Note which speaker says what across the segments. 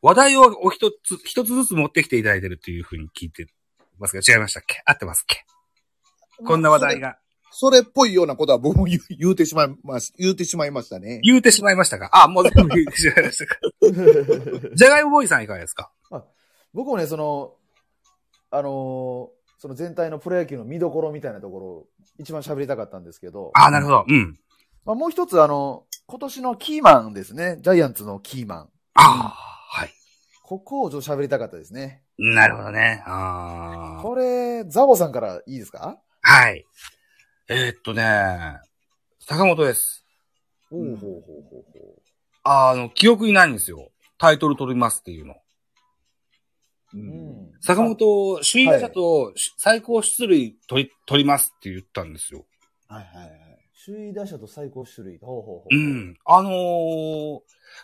Speaker 1: 話題をお一つ、一つずつ持ってきていただいてるというふうに聞いてますが、違いましたっけ合ってますっけこんな話題が。
Speaker 2: それっぽいようなことは僕も言う言うてしまいます、言うてしまいましたね。
Speaker 1: 言うてしまいましたかあ、もう全部言うてしまいま したかじゃがいもボーイさんいかがですか
Speaker 3: 僕もね、その、あのーその全体のプロ野球の見どころみたいなところを一番喋りたかったんですけど、
Speaker 1: あ、なるほど。うん。
Speaker 3: まあ、もう一つ、あの、今年のキーマンですね。ジャイアンツのキーマン。
Speaker 1: ああ、はい。
Speaker 3: ここをちょっと喋りたかったですね。
Speaker 1: なるほどね。ああ。
Speaker 3: これ、ザボさんからいいですか
Speaker 1: はい。えーっとね、坂本です。
Speaker 3: ほうほうほうほうほ
Speaker 1: あの、記憶にないんですよ。タイトル取りますっていうの。
Speaker 2: う
Speaker 3: う。うんん。
Speaker 1: 坂本、首位打者と最高出塁取り、取りますって言ったんですよ。
Speaker 2: はいはいはい。
Speaker 3: 首位打者と最高出塁。ほうほうほ
Speaker 1: う
Speaker 3: う。
Speaker 1: ん。あのー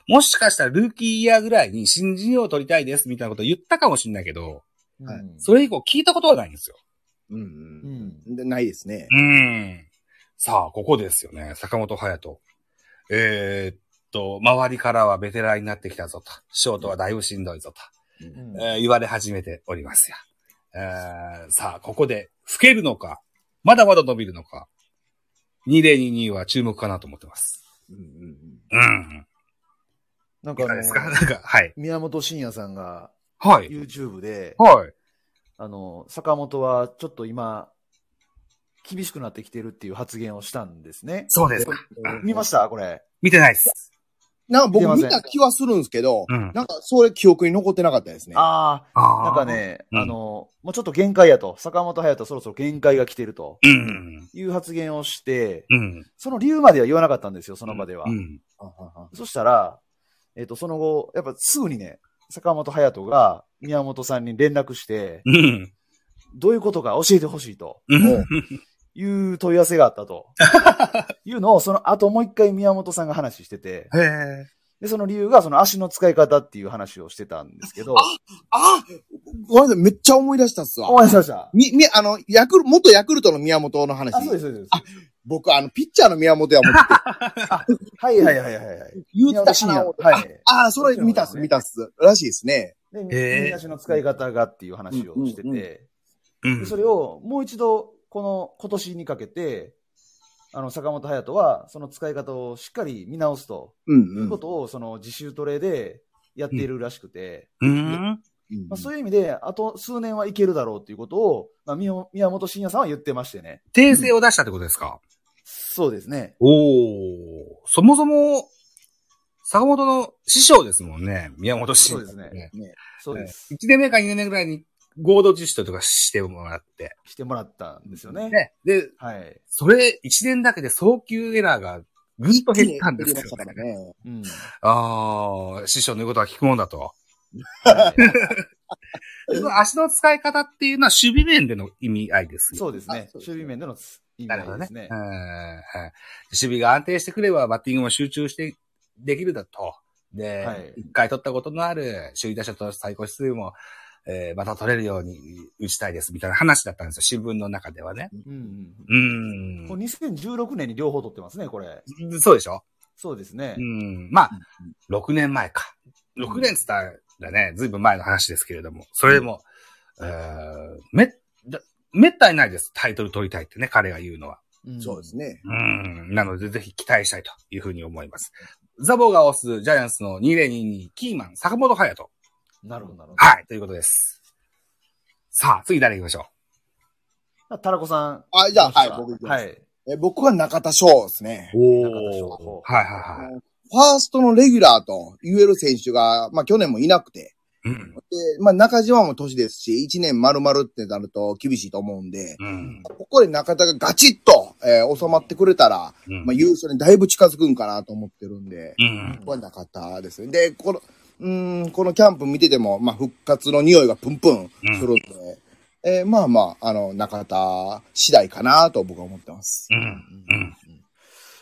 Speaker 1: もしかしたらルーキーイヤーぐらいに新人王取りたいですみたいなこと言ったかもしれないけど、
Speaker 3: うん。
Speaker 2: はい
Speaker 1: それ以降聞いたことはないんですよ。
Speaker 2: うん
Speaker 3: う
Speaker 2: うん
Speaker 3: ん。
Speaker 2: でないですね。
Speaker 1: うん。さあ、ここですよね。坂本隼人。えーっと、周りからはベテランになってきたぞと。ショートはだいぶしんどいぞ
Speaker 3: う
Speaker 1: と、
Speaker 3: ん
Speaker 1: えー言われ始めておりますよ。えーさあ、ここで、老けるのか、まだまだ伸びるのか、2022は注目かなと思ってます。
Speaker 2: うんうん
Speaker 1: うん。
Speaker 3: なん
Speaker 1: い
Speaker 3: か
Speaker 1: か
Speaker 3: あ
Speaker 1: が
Speaker 3: の
Speaker 1: ですかなんか、はい。
Speaker 3: 宮本慎也さんが
Speaker 1: はい。
Speaker 3: YouTube で、
Speaker 1: はい。
Speaker 3: あの、坂本はちょっと今、厳しくなってきてるっていう発言をしたんですね。
Speaker 1: そうですか。
Speaker 2: うん
Speaker 3: 見ましたこれ。
Speaker 1: 見てないっす。
Speaker 2: なんか
Speaker 3: 出ま
Speaker 2: 僕
Speaker 3: せん
Speaker 2: 見た気はするんですけど、
Speaker 1: うん。
Speaker 2: なんかそれ記憶に残ってなかったですね。
Speaker 3: ああ、
Speaker 1: あ
Speaker 3: なんか。ね、
Speaker 1: うん
Speaker 3: あの、もうちょっと限界やと。坂本隼人そろそろ限界が来てると
Speaker 1: うん。
Speaker 3: いう発言をして、
Speaker 1: うん。
Speaker 3: その理由までは言わなかったんですよ、その場では。
Speaker 1: うん。
Speaker 2: ははは
Speaker 3: そしたら、えっ、と、その後、やっぱすぐにね、坂本隼人が宮本さんに連絡して、
Speaker 1: うん。
Speaker 3: どういうことか教えてほしいと
Speaker 1: うん。
Speaker 3: いう問い合わせがあったと。 いうのを、その後もう一回宮本さんが話してて、
Speaker 1: へえ。
Speaker 3: で、その理由がその足の使い方っていう話をしてたんですけど、
Speaker 2: あごめんなさい、めっちゃ思い出したっすわ
Speaker 3: 思。い出しました。
Speaker 2: み、み、あの、ヤクル、元ヤクルトの宮本の話。
Speaker 3: あ、そうです、そうです。
Speaker 2: 僕、あの、ピッチャーの宮本やもん。
Speaker 3: はいはいはいはいはい。
Speaker 2: 言うてたかな
Speaker 3: 宮本慎也はい。
Speaker 2: ああ、それ見たっす、見たっす。らしいですね。
Speaker 3: で、
Speaker 1: へー
Speaker 3: 右足の使い方がっていう話をして
Speaker 2: うんうんうん
Speaker 3: て、
Speaker 1: う
Speaker 3: で
Speaker 1: ん。
Speaker 3: それをもう一度、この今年にかけて、あの、坂本隼人は、その使い方をしっかり見直すと
Speaker 2: うん
Speaker 3: いうことを、その自習トレでやっているらしくて、
Speaker 1: うん。
Speaker 2: うん
Speaker 3: まあ、そういう意味で、あと数年はいけるだろうということを、まあ、宮宮本慎也さんは言ってましてね。
Speaker 1: 訂正を出したってことですか
Speaker 3: そうですね。
Speaker 1: おお。そもそも、坂本の師匠ですもんね。宮本氏。
Speaker 3: そうですね。そうです。
Speaker 1: 1年目か2年目ぐらいに合同実習とかしてもらって。
Speaker 3: してもらったんですよね。
Speaker 1: ね。で、
Speaker 3: はい。
Speaker 1: それ1年だけで早急エラーがぐんと減ったんです
Speaker 2: ね
Speaker 1: よね。
Speaker 3: うん。
Speaker 1: ああ、師匠の言うことは聞くもんだと。
Speaker 3: はい
Speaker 1: その足の使い方っていうのは守備面での意味合いですよ。
Speaker 3: そうですね
Speaker 2: あ。そうです
Speaker 3: 守
Speaker 2: ね
Speaker 3: 備面でのつ意味
Speaker 1: なるほ
Speaker 3: 合
Speaker 1: ど
Speaker 3: いで
Speaker 1: ね
Speaker 3: すね
Speaker 1: う。んはい守備が安定してくればバッティングも集中してできるだと。で、一、
Speaker 3: はい
Speaker 1: 回取ったことのある首位打者と最高出塁も、えーまた取れるように打ちたいですみたいな話だったんですよ。新聞の中ではね。
Speaker 3: うんうん
Speaker 1: う
Speaker 3: こ
Speaker 1: ん。
Speaker 3: れ2016年に両方取ってますね、これ。
Speaker 1: そうでしょ
Speaker 3: そうですね
Speaker 1: う。ん。まあ、6年前か。6年って言ったらね、ずいぶん前の話ですけれども、それでも、えーめ、だめったにないです。タイトル取りたいってね、彼が言うのは。
Speaker 3: ん
Speaker 2: そうです。ね。
Speaker 1: うん。なので、ぜひ期待したいというふうに思います。ザボが推すジャイアンツの2022キーマン、坂本隼人。
Speaker 3: なるほど、なるほど。
Speaker 1: はい、ということです。さあ、次誰行きましょ
Speaker 3: タラコさん。
Speaker 2: あじゃあはい僕行きま
Speaker 3: は
Speaker 2: す
Speaker 3: い。
Speaker 2: え僕は中田翔ですね。
Speaker 1: う。
Speaker 3: 中田翔
Speaker 1: お
Speaker 3: 吾
Speaker 1: はいはいはい。
Speaker 2: ファーストのレギュラーと言える選手が、まあ去年もいなくて、
Speaker 1: うん。
Speaker 2: で、まあ中島も年ですし、1年丸々ってなると厳しいと思うんで、
Speaker 1: うん。
Speaker 2: ここで中田がガチッと、えー収まってくれたら、
Speaker 1: うん
Speaker 2: まあ優勝にだいぶ近づくんかなと思ってるんで、
Speaker 1: うん。
Speaker 2: これはなかったですね。で、この、うーん、このキャンプ見てても、まあ、復活の匂いがプンプンするんで、えーまあまあ、あの、中田次第かなと僕は思ってます
Speaker 1: う。
Speaker 3: うん
Speaker 1: ん。うん。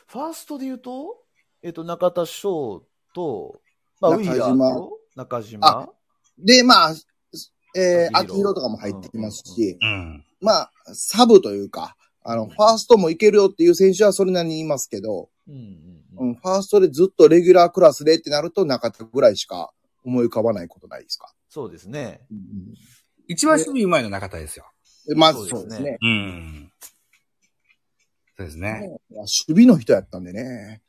Speaker 3: ファーストで言うと、えっと、中田翔と、まあ、ウ
Speaker 2: 中
Speaker 3: ィ
Speaker 2: 島
Speaker 3: ーラーと中島
Speaker 2: あ。で、まあ、えー、
Speaker 3: 秋
Speaker 2: 秋
Speaker 3: 広
Speaker 2: 広とかも入ってきますし、
Speaker 1: うん。
Speaker 2: まあ、サブというか、あの、ファーストもいけるよっていう選手はそれなりにいますけど、
Speaker 3: うんうんう
Speaker 2: うんん、ファーストでずっとレギュラークラスでってなると中田ぐらいしか思い浮かばないことないですか、
Speaker 3: そうですね。
Speaker 2: うん
Speaker 1: 一番趣味うまいの中田ですよ。
Speaker 2: まず
Speaker 3: そうです
Speaker 2: そうですね。
Speaker 1: うん。そうですね。
Speaker 2: まあ守備の人やったんでね。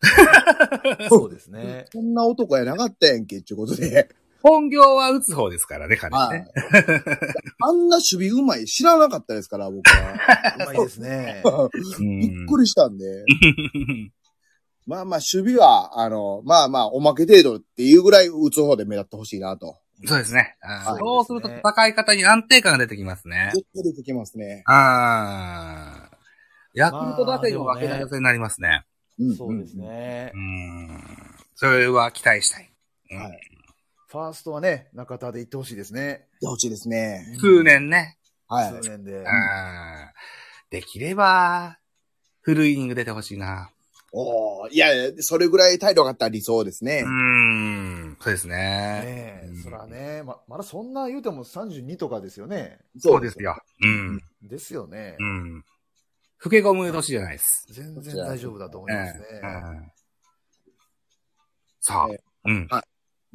Speaker 3: そうですね。
Speaker 2: そんな男やなかったやんけ、っていうこと で。
Speaker 1: 本業は打つ方ですからね、彼は
Speaker 2: はい
Speaker 1: ね。。
Speaker 2: あんな守備うまい知らなかったですから、僕 は。
Speaker 3: うまいですね。
Speaker 1: うん
Speaker 2: びっくりしたんで。
Speaker 1: うん
Speaker 2: まあまあ、守備は、あの、まあまあ、おまけ程度っていうぐらい打つ方で目立ってほしいなと。
Speaker 1: そうですね。あーそ
Speaker 3: そううですす
Speaker 1: る
Speaker 3: ね
Speaker 1: と戦い方に安定感が出てきますね。
Speaker 2: 絶対出てきますね。
Speaker 1: ああ。ヤクルト打線を分けた打線になりますね。
Speaker 2: うん
Speaker 3: そうです。ね
Speaker 1: う。ん。それは期待したい。うん
Speaker 2: はい
Speaker 3: ファーストはね、中田で行ってほしいですね。
Speaker 2: 出てほしいですね。
Speaker 1: 数年ね。
Speaker 2: はい。
Speaker 3: 数年で。
Speaker 1: あーできれば、フルイニング出てほしいな。
Speaker 2: おおいやいや、それぐらい態度があったら理想ですね。
Speaker 1: うん。そうですね。
Speaker 3: ね
Speaker 1: う
Speaker 3: え
Speaker 1: ん、
Speaker 3: そらね、ま、まだそんな言うても32とかですよね。
Speaker 1: そうです。よ。うん。
Speaker 3: ですよね。
Speaker 1: うん。老け込む年じゃないです。
Speaker 3: 全然大丈夫だと思いますね。
Speaker 1: うんさあ
Speaker 2: え、
Speaker 1: うん
Speaker 2: はい。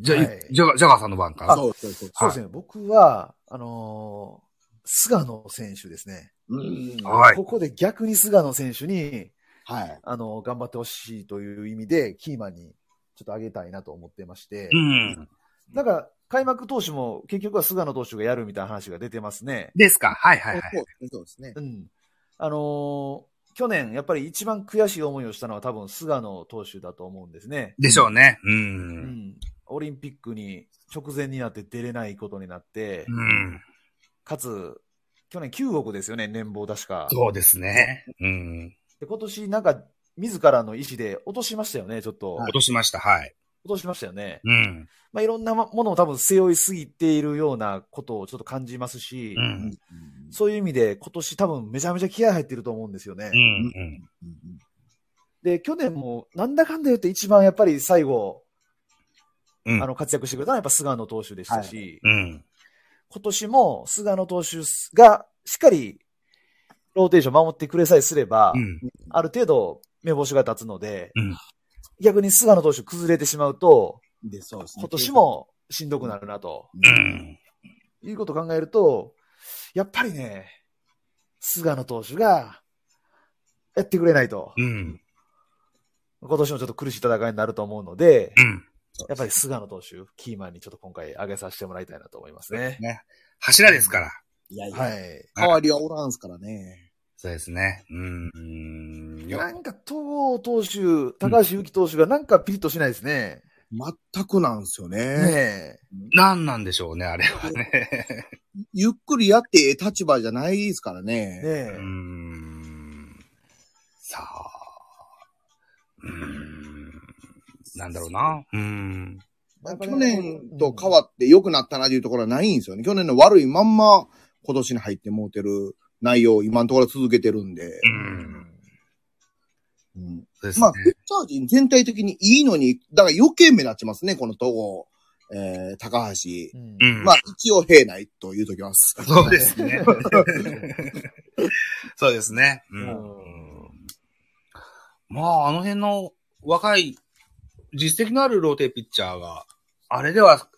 Speaker 1: じゃ
Speaker 3: は
Speaker 1: あ
Speaker 3: い、
Speaker 1: ジャガジャガーさんの番かな。
Speaker 2: そうそうそう。
Speaker 3: そうですね、僕は、あのー菅野選手ですね。
Speaker 2: うん。は
Speaker 1: はい。
Speaker 3: ここで逆に菅野選手に、
Speaker 2: い。
Speaker 3: あのー頑張ってほしいという意味で、キーマンにちょっとあげたいなと思ってまして、
Speaker 1: うん。
Speaker 3: なんか、開幕投手も結局は菅野投手がやるみたいな話が出てますね。
Speaker 1: ですか。はいはいはい。
Speaker 2: そうですね。
Speaker 3: うん。あのー去年、やっぱり一番悔しい思いをしたのは多分菅野投手だと思うんですね。
Speaker 1: でしょうね。う。
Speaker 3: うんん。オリンピックに直前になって出れないことになって、
Speaker 1: うん。
Speaker 3: かつ、去年9億ですよね、年俸確か。
Speaker 1: そうですね。うん。
Speaker 3: で今年なんか、自らの意思で落としましたよね、ちょっと。
Speaker 2: は
Speaker 1: 落
Speaker 3: 落
Speaker 1: としました。はい。
Speaker 3: としましたよね。
Speaker 1: うん。
Speaker 3: まあ、いろんなものを多分背負いすぎているようなことをちょっと感じますし、
Speaker 1: うん。
Speaker 3: そういう意味で今年多分めちゃめちゃ気合入ってると思うんですよね。
Speaker 1: うん。うん。
Speaker 3: で、去年もなんだかんだ言って一番やっぱり最後、
Speaker 1: うん
Speaker 3: あの活躍してくれたのはやっぱ菅野投手でしたし、
Speaker 1: うん。
Speaker 3: 今年も菅野投手がしっかりローテーション守ってくれさえすれば、
Speaker 1: うん。
Speaker 3: ある程度目星が立つので、
Speaker 1: うん
Speaker 3: 逆に菅野投手崩れてしまうと、
Speaker 2: で、そうですね。
Speaker 3: 今年。もしんどくなるなと
Speaker 2: う。
Speaker 1: うんん。
Speaker 3: いうことを考えると、やっぱりね、菅野投手がやってくれないと、
Speaker 1: うん。
Speaker 3: 今年もちょっと苦しい戦いになると思うので、
Speaker 1: うん。
Speaker 3: やっぱり菅野投手、キーマンにちょっと今回上げさせてもらいたいなと思いますね。
Speaker 1: 柱ですから。
Speaker 2: いやい
Speaker 3: は
Speaker 2: や、
Speaker 3: い。
Speaker 2: 代わりはおらんすからね。
Speaker 1: そうですね。うんうん。
Speaker 3: なんか、戸郷投手、高橋由紀投手がなんかピリッとしないですね。
Speaker 2: 全くなんですよね。
Speaker 3: ねえ。
Speaker 1: なんなんでしょうね、あれはね。
Speaker 2: ゆっくりやってええ立場じゃないですから
Speaker 3: ね
Speaker 2: ね。
Speaker 1: う
Speaker 3: え
Speaker 1: ー。んさあ。うーん。なんだろうな。うーん。
Speaker 2: まあ去年と変わって良くなったなというところはないんですよね。去年の悪いまんま今年に入ってもうてる内容を今のところ続けてるんで。
Speaker 1: うん。
Speaker 2: うん
Speaker 1: そうですね
Speaker 2: まあ、フッチャー陣全体的にいいのに、だから余計目立ちますね、この東郷、えー、高橋。
Speaker 3: うん
Speaker 1: う。ん。
Speaker 2: まあ、一応平内と言うときます。
Speaker 1: そうですね。 そうですね。う。
Speaker 3: うんん
Speaker 1: まあ、あの辺の若い、実績のあるローテピッチャーが、あれでは、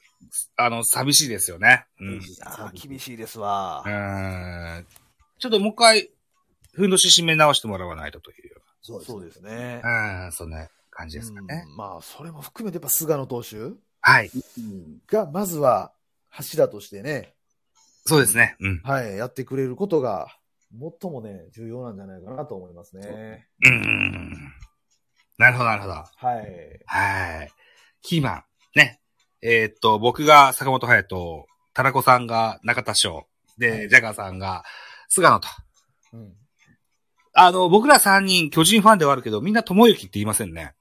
Speaker 1: あの、寂しいですよね。うん。
Speaker 3: いやー厳しいですわ
Speaker 1: う。ーんちょっともう一回、ふんどし締め直してもらわないとという。
Speaker 2: そ
Speaker 3: そうですね。
Speaker 1: うん、そんな感じですかね。
Speaker 3: うんまあ、それも含めてやっぱ菅野投手
Speaker 1: はい。
Speaker 2: うん
Speaker 3: が、まずは柱としてね、
Speaker 1: そうですね。うん。
Speaker 3: はい、やってくれることが、最もね、重要なんじゃないかなと思いますね。
Speaker 1: うん。なるほど、なるほど。
Speaker 3: はい。
Speaker 1: はい。キーマン。ね。えーっと、僕が坂本隼人、タラコさんが中田翔、で、ジャガーさんが菅野と。
Speaker 3: うん
Speaker 1: あの、僕ら3人、巨人ファンではあるけど、みんな友幸って言いませんね。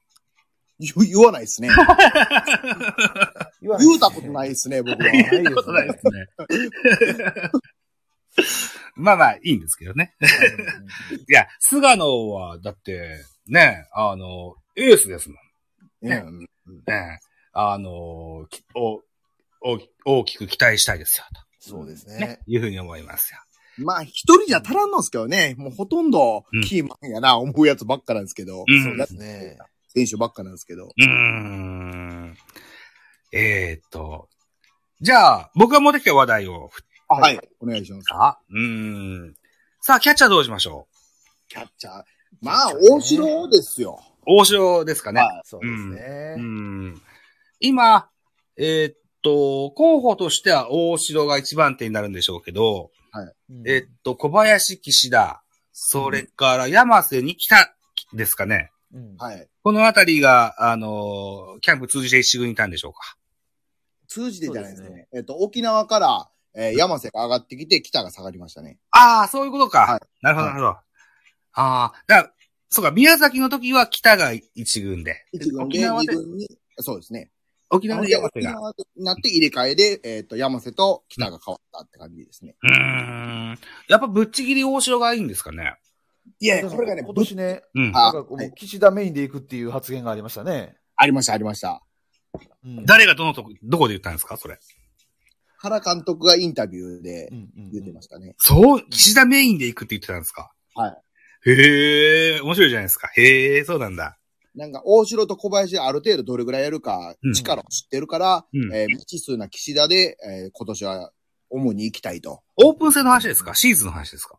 Speaker 2: 言言わないですね。
Speaker 3: 言わない
Speaker 2: 言うたことないですね、僕は。
Speaker 3: ないですね
Speaker 1: すね。 まあまあ、いいんですけどね。いや、菅野は、だって、ね、あの、エースですもん。
Speaker 2: ね
Speaker 1: ね、あの、きお大き大きく期待したいですよ、
Speaker 3: そうです
Speaker 1: と、
Speaker 3: ね
Speaker 1: ね。。いうふうに思いますよ。
Speaker 2: まあ、一人じゃ足らんのですけどね。もうほとんど
Speaker 1: うん
Speaker 2: キーマンやな、思うやつばっかなんですけど。
Speaker 1: うん
Speaker 3: そうですね。
Speaker 2: 選手ばっかなんですけど。
Speaker 1: うーん。えーっと、じゃあ、僕が持ってきた話題を振っ
Speaker 2: あはい。お願いします。
Speaker 1: たうーん。さあ、キャッチャーどうしましょ
Speaker 2: キャッチャー。まあ、大城ですよ。
Speaker 1: う大城ですかね。
Speaker 2: は
Speaker 3: そうです
Speaker 1: う
Speaker 3: ね。
Speaker 1: ん。今、えーっと、候補としては大城が一番手になるんでしょうけど、
Speaker 3: うん
Speaker 1: えーっと、小林、岸田、それから山瀬に北ですかね。
Speaker 3: うん
Speaker 2: はい。
Speaker 1: このあたりが、あのーキャンプ通じて一軍にいたんでしょうか。
Speaker 2: 通じてじゃないです
Speaker 3: そうです
Speaker 2: ね。えっと、沖縄から、えー山瀬が上がってきて、北が下がりましたね。
Speaker 1: ああ、そういうことか。
Speaker 2: はい
Speaker 1: なるほど、なるほど。ああ、だからそうか、宮崎の時は北が一軍で。
Speaker 2: 一軍
Speaker 1: 沖
Speaker 2: で、
Speaker 1: 縄
Speaker 2: 二
Speaker 1: で、
Speaker 2: 軍に、そうですね。
Speaker 1: 沖
Speaker 2: な
Speaker 1: 縄
Speaker 2: の
Speaker 1: で
Speaker 2: で、
Speaker 1: 山
Speaker 2: 沖
Speaker 1: 瀬が。
Speaker 2: 縄になって入れ替えで、えっと、山瀬と北が変わったって感じですね。
Speaker 1: うーん。やっぱぶっちぎり大城がいいんですかね。
Speaker 2: いや
Speaker 3: でも今年ね、
Speaker 1: うん。
Speaker 2: あ
Speaker 3: なんかこう
Speaker 2: はい
Speaker 3: 岸田メインで行くっていう発言がありましたね。
Speaker 2: ありました、ありました。
Speaker 3: うん
Speaker 1: 誰がどのとこ、どこで言ったんですか、それ。
Speaker 2: 原監督がインタビューで
Speaker 3: うんうんうん
Speaker 2: 言ってましたね。
Speaker 1: そう、岸田メインで行くって言ってたんですか
Speaker 2: はい。
Speaker 1: へえ、面白いじゃないですか。へえ、そうなんだ。
Speaker 2: なんか、大城と小林ある程度どれぐらいやるか
Speaker 1: うん、
Speaker 2: 力を知ってるから、
Speaker 1: うん
Speaker 2: えー未知数な岸田で、えー今年は主に行きたいと。
Speaker 1: オープン戦の話ですかシーズンの話ですか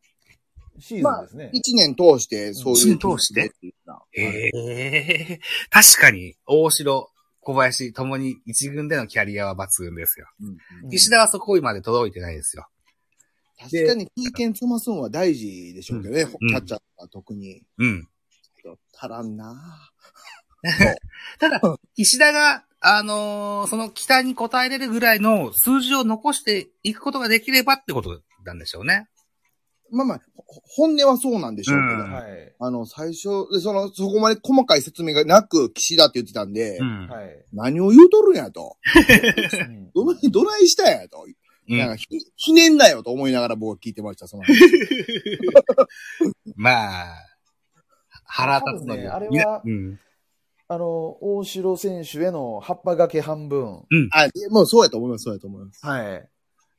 Speaker 3: シーズンですね。
Speaker 2: 一年通して、そういう。
Speaker 1: 一年通して
Speaker 2: っていうな
Speaker 1: へえ、 確かに、大城、小林、ともに一軍でのキャリアは抜群ですよ。
Speaker 2: うん
Speaker 3: うん
Speaker 1: 岸田はそこまで届いてないですよ。
Speaker 2: 確かに、経験積ますんは大事でしょうけどね、
Speaker 1: うん
Speaker 2: キャッチャーは特に。
Speaker 1: うん。
Speaker 2: 足らんな
Speaker 1: ただ、石田が、あのーその期待に応えれるぐらいの数字を残していくことができればってことなんでしょうね。
Speaker 2: まあまあ、ほ本音はそうなんでしょうけど、
Speaker 1: うん
Speaker 3: はい。
Speaker 2: あの、最初、でその、そこまで細かい説明がなく、岸田って言ってたんで、
Speaker 1: ん
Speaker 3: はい。
Speaker 2: 何を言うとるんやと。
Speaker 3: うん
Speaker 2: どない、どないしたんやと。
Speaker 1: うん
Speaker 2: なんかひ、ひねんなよと思いながら僕は聞いてました、その話。
Speaker 1: まあ、腹立つので。
Speaker 3: 多分ね
Speaker 1: みな
Speaker 3: あれは
Speaker 1: うん。
Speaker 3: あの、大城選手への葉っぱがけ半分。
Speaker 2: あ、でもうそうやと思います、そうやと思います。
Speaker 3: はい。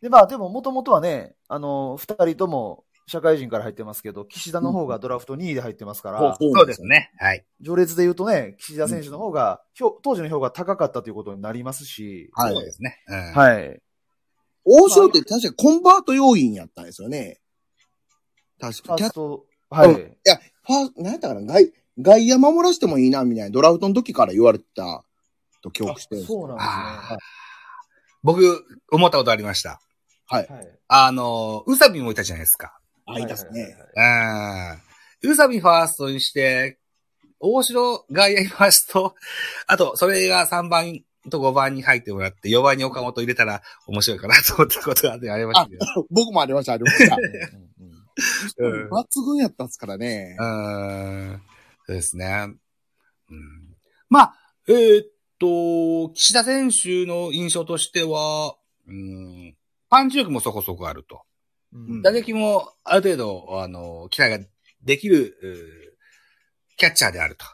Speaker 3: で、まあ、でも、もともとはね、あの、二人とも社会人から入ってますけど、岸田の方がドラフト2位で入ってますから、
Speaker 1: そうです。ね。はい。
Speaker 3: 序列で言うとね、岸田選手の方が、票当時の票が高かったということになりますし、
Speaker 2: はい
Speaker 1: そうですね。うん
Speaker 3: はい。
Speaker 2: 王将って確かコンバート要員やったんですよね。確
Speaker 3: ファ
Speaker 2: か。キ
Speaker 3: ー
Speaker 2: ャ
Speaker 3: ス
Speaker 2: ッ
Speaker 3: ト、はい。
Speaker 2: うんいや、ファー何やったかな外、外野守らしてもいいな、みたいな、ドラフトの時から言われてたと記憶してるんですよ
Speaker 3: そうなんです
Speaker 1: あー僕、思ったことありました。
Speaker 2: はい。
Speaker 3: ね。はい。
Speaker 1: あのー、宇佐美もいたじゃないですか。
Speaker 2: あ、いたっす
Speaker 3: はい
Speaker 2: ね
Speaker 3: は。い
Speaker 1: うん。宇佐美ファーストにして、大城外野にファースト、あと、それが3番と5番に入ってもらって、4番に岡本入れたら面白いかなと思ったことがあってありましたけど。
Speaker 2: 僕もありました、ありました。
Speaker 3: はいはいうんうんうん
Speaker 1: うん
Speaker 2: 抜群やったっすからね
Speaker 1: う。ーん。そうですね。うん、まあ、えーっと、岸田選手の印象としては、うん、パンチ力もそこそこあると。
Speaker 3: うん
Speaker 1: 打撃もある程度、あの、期待ができる、うーキャッチャーであると。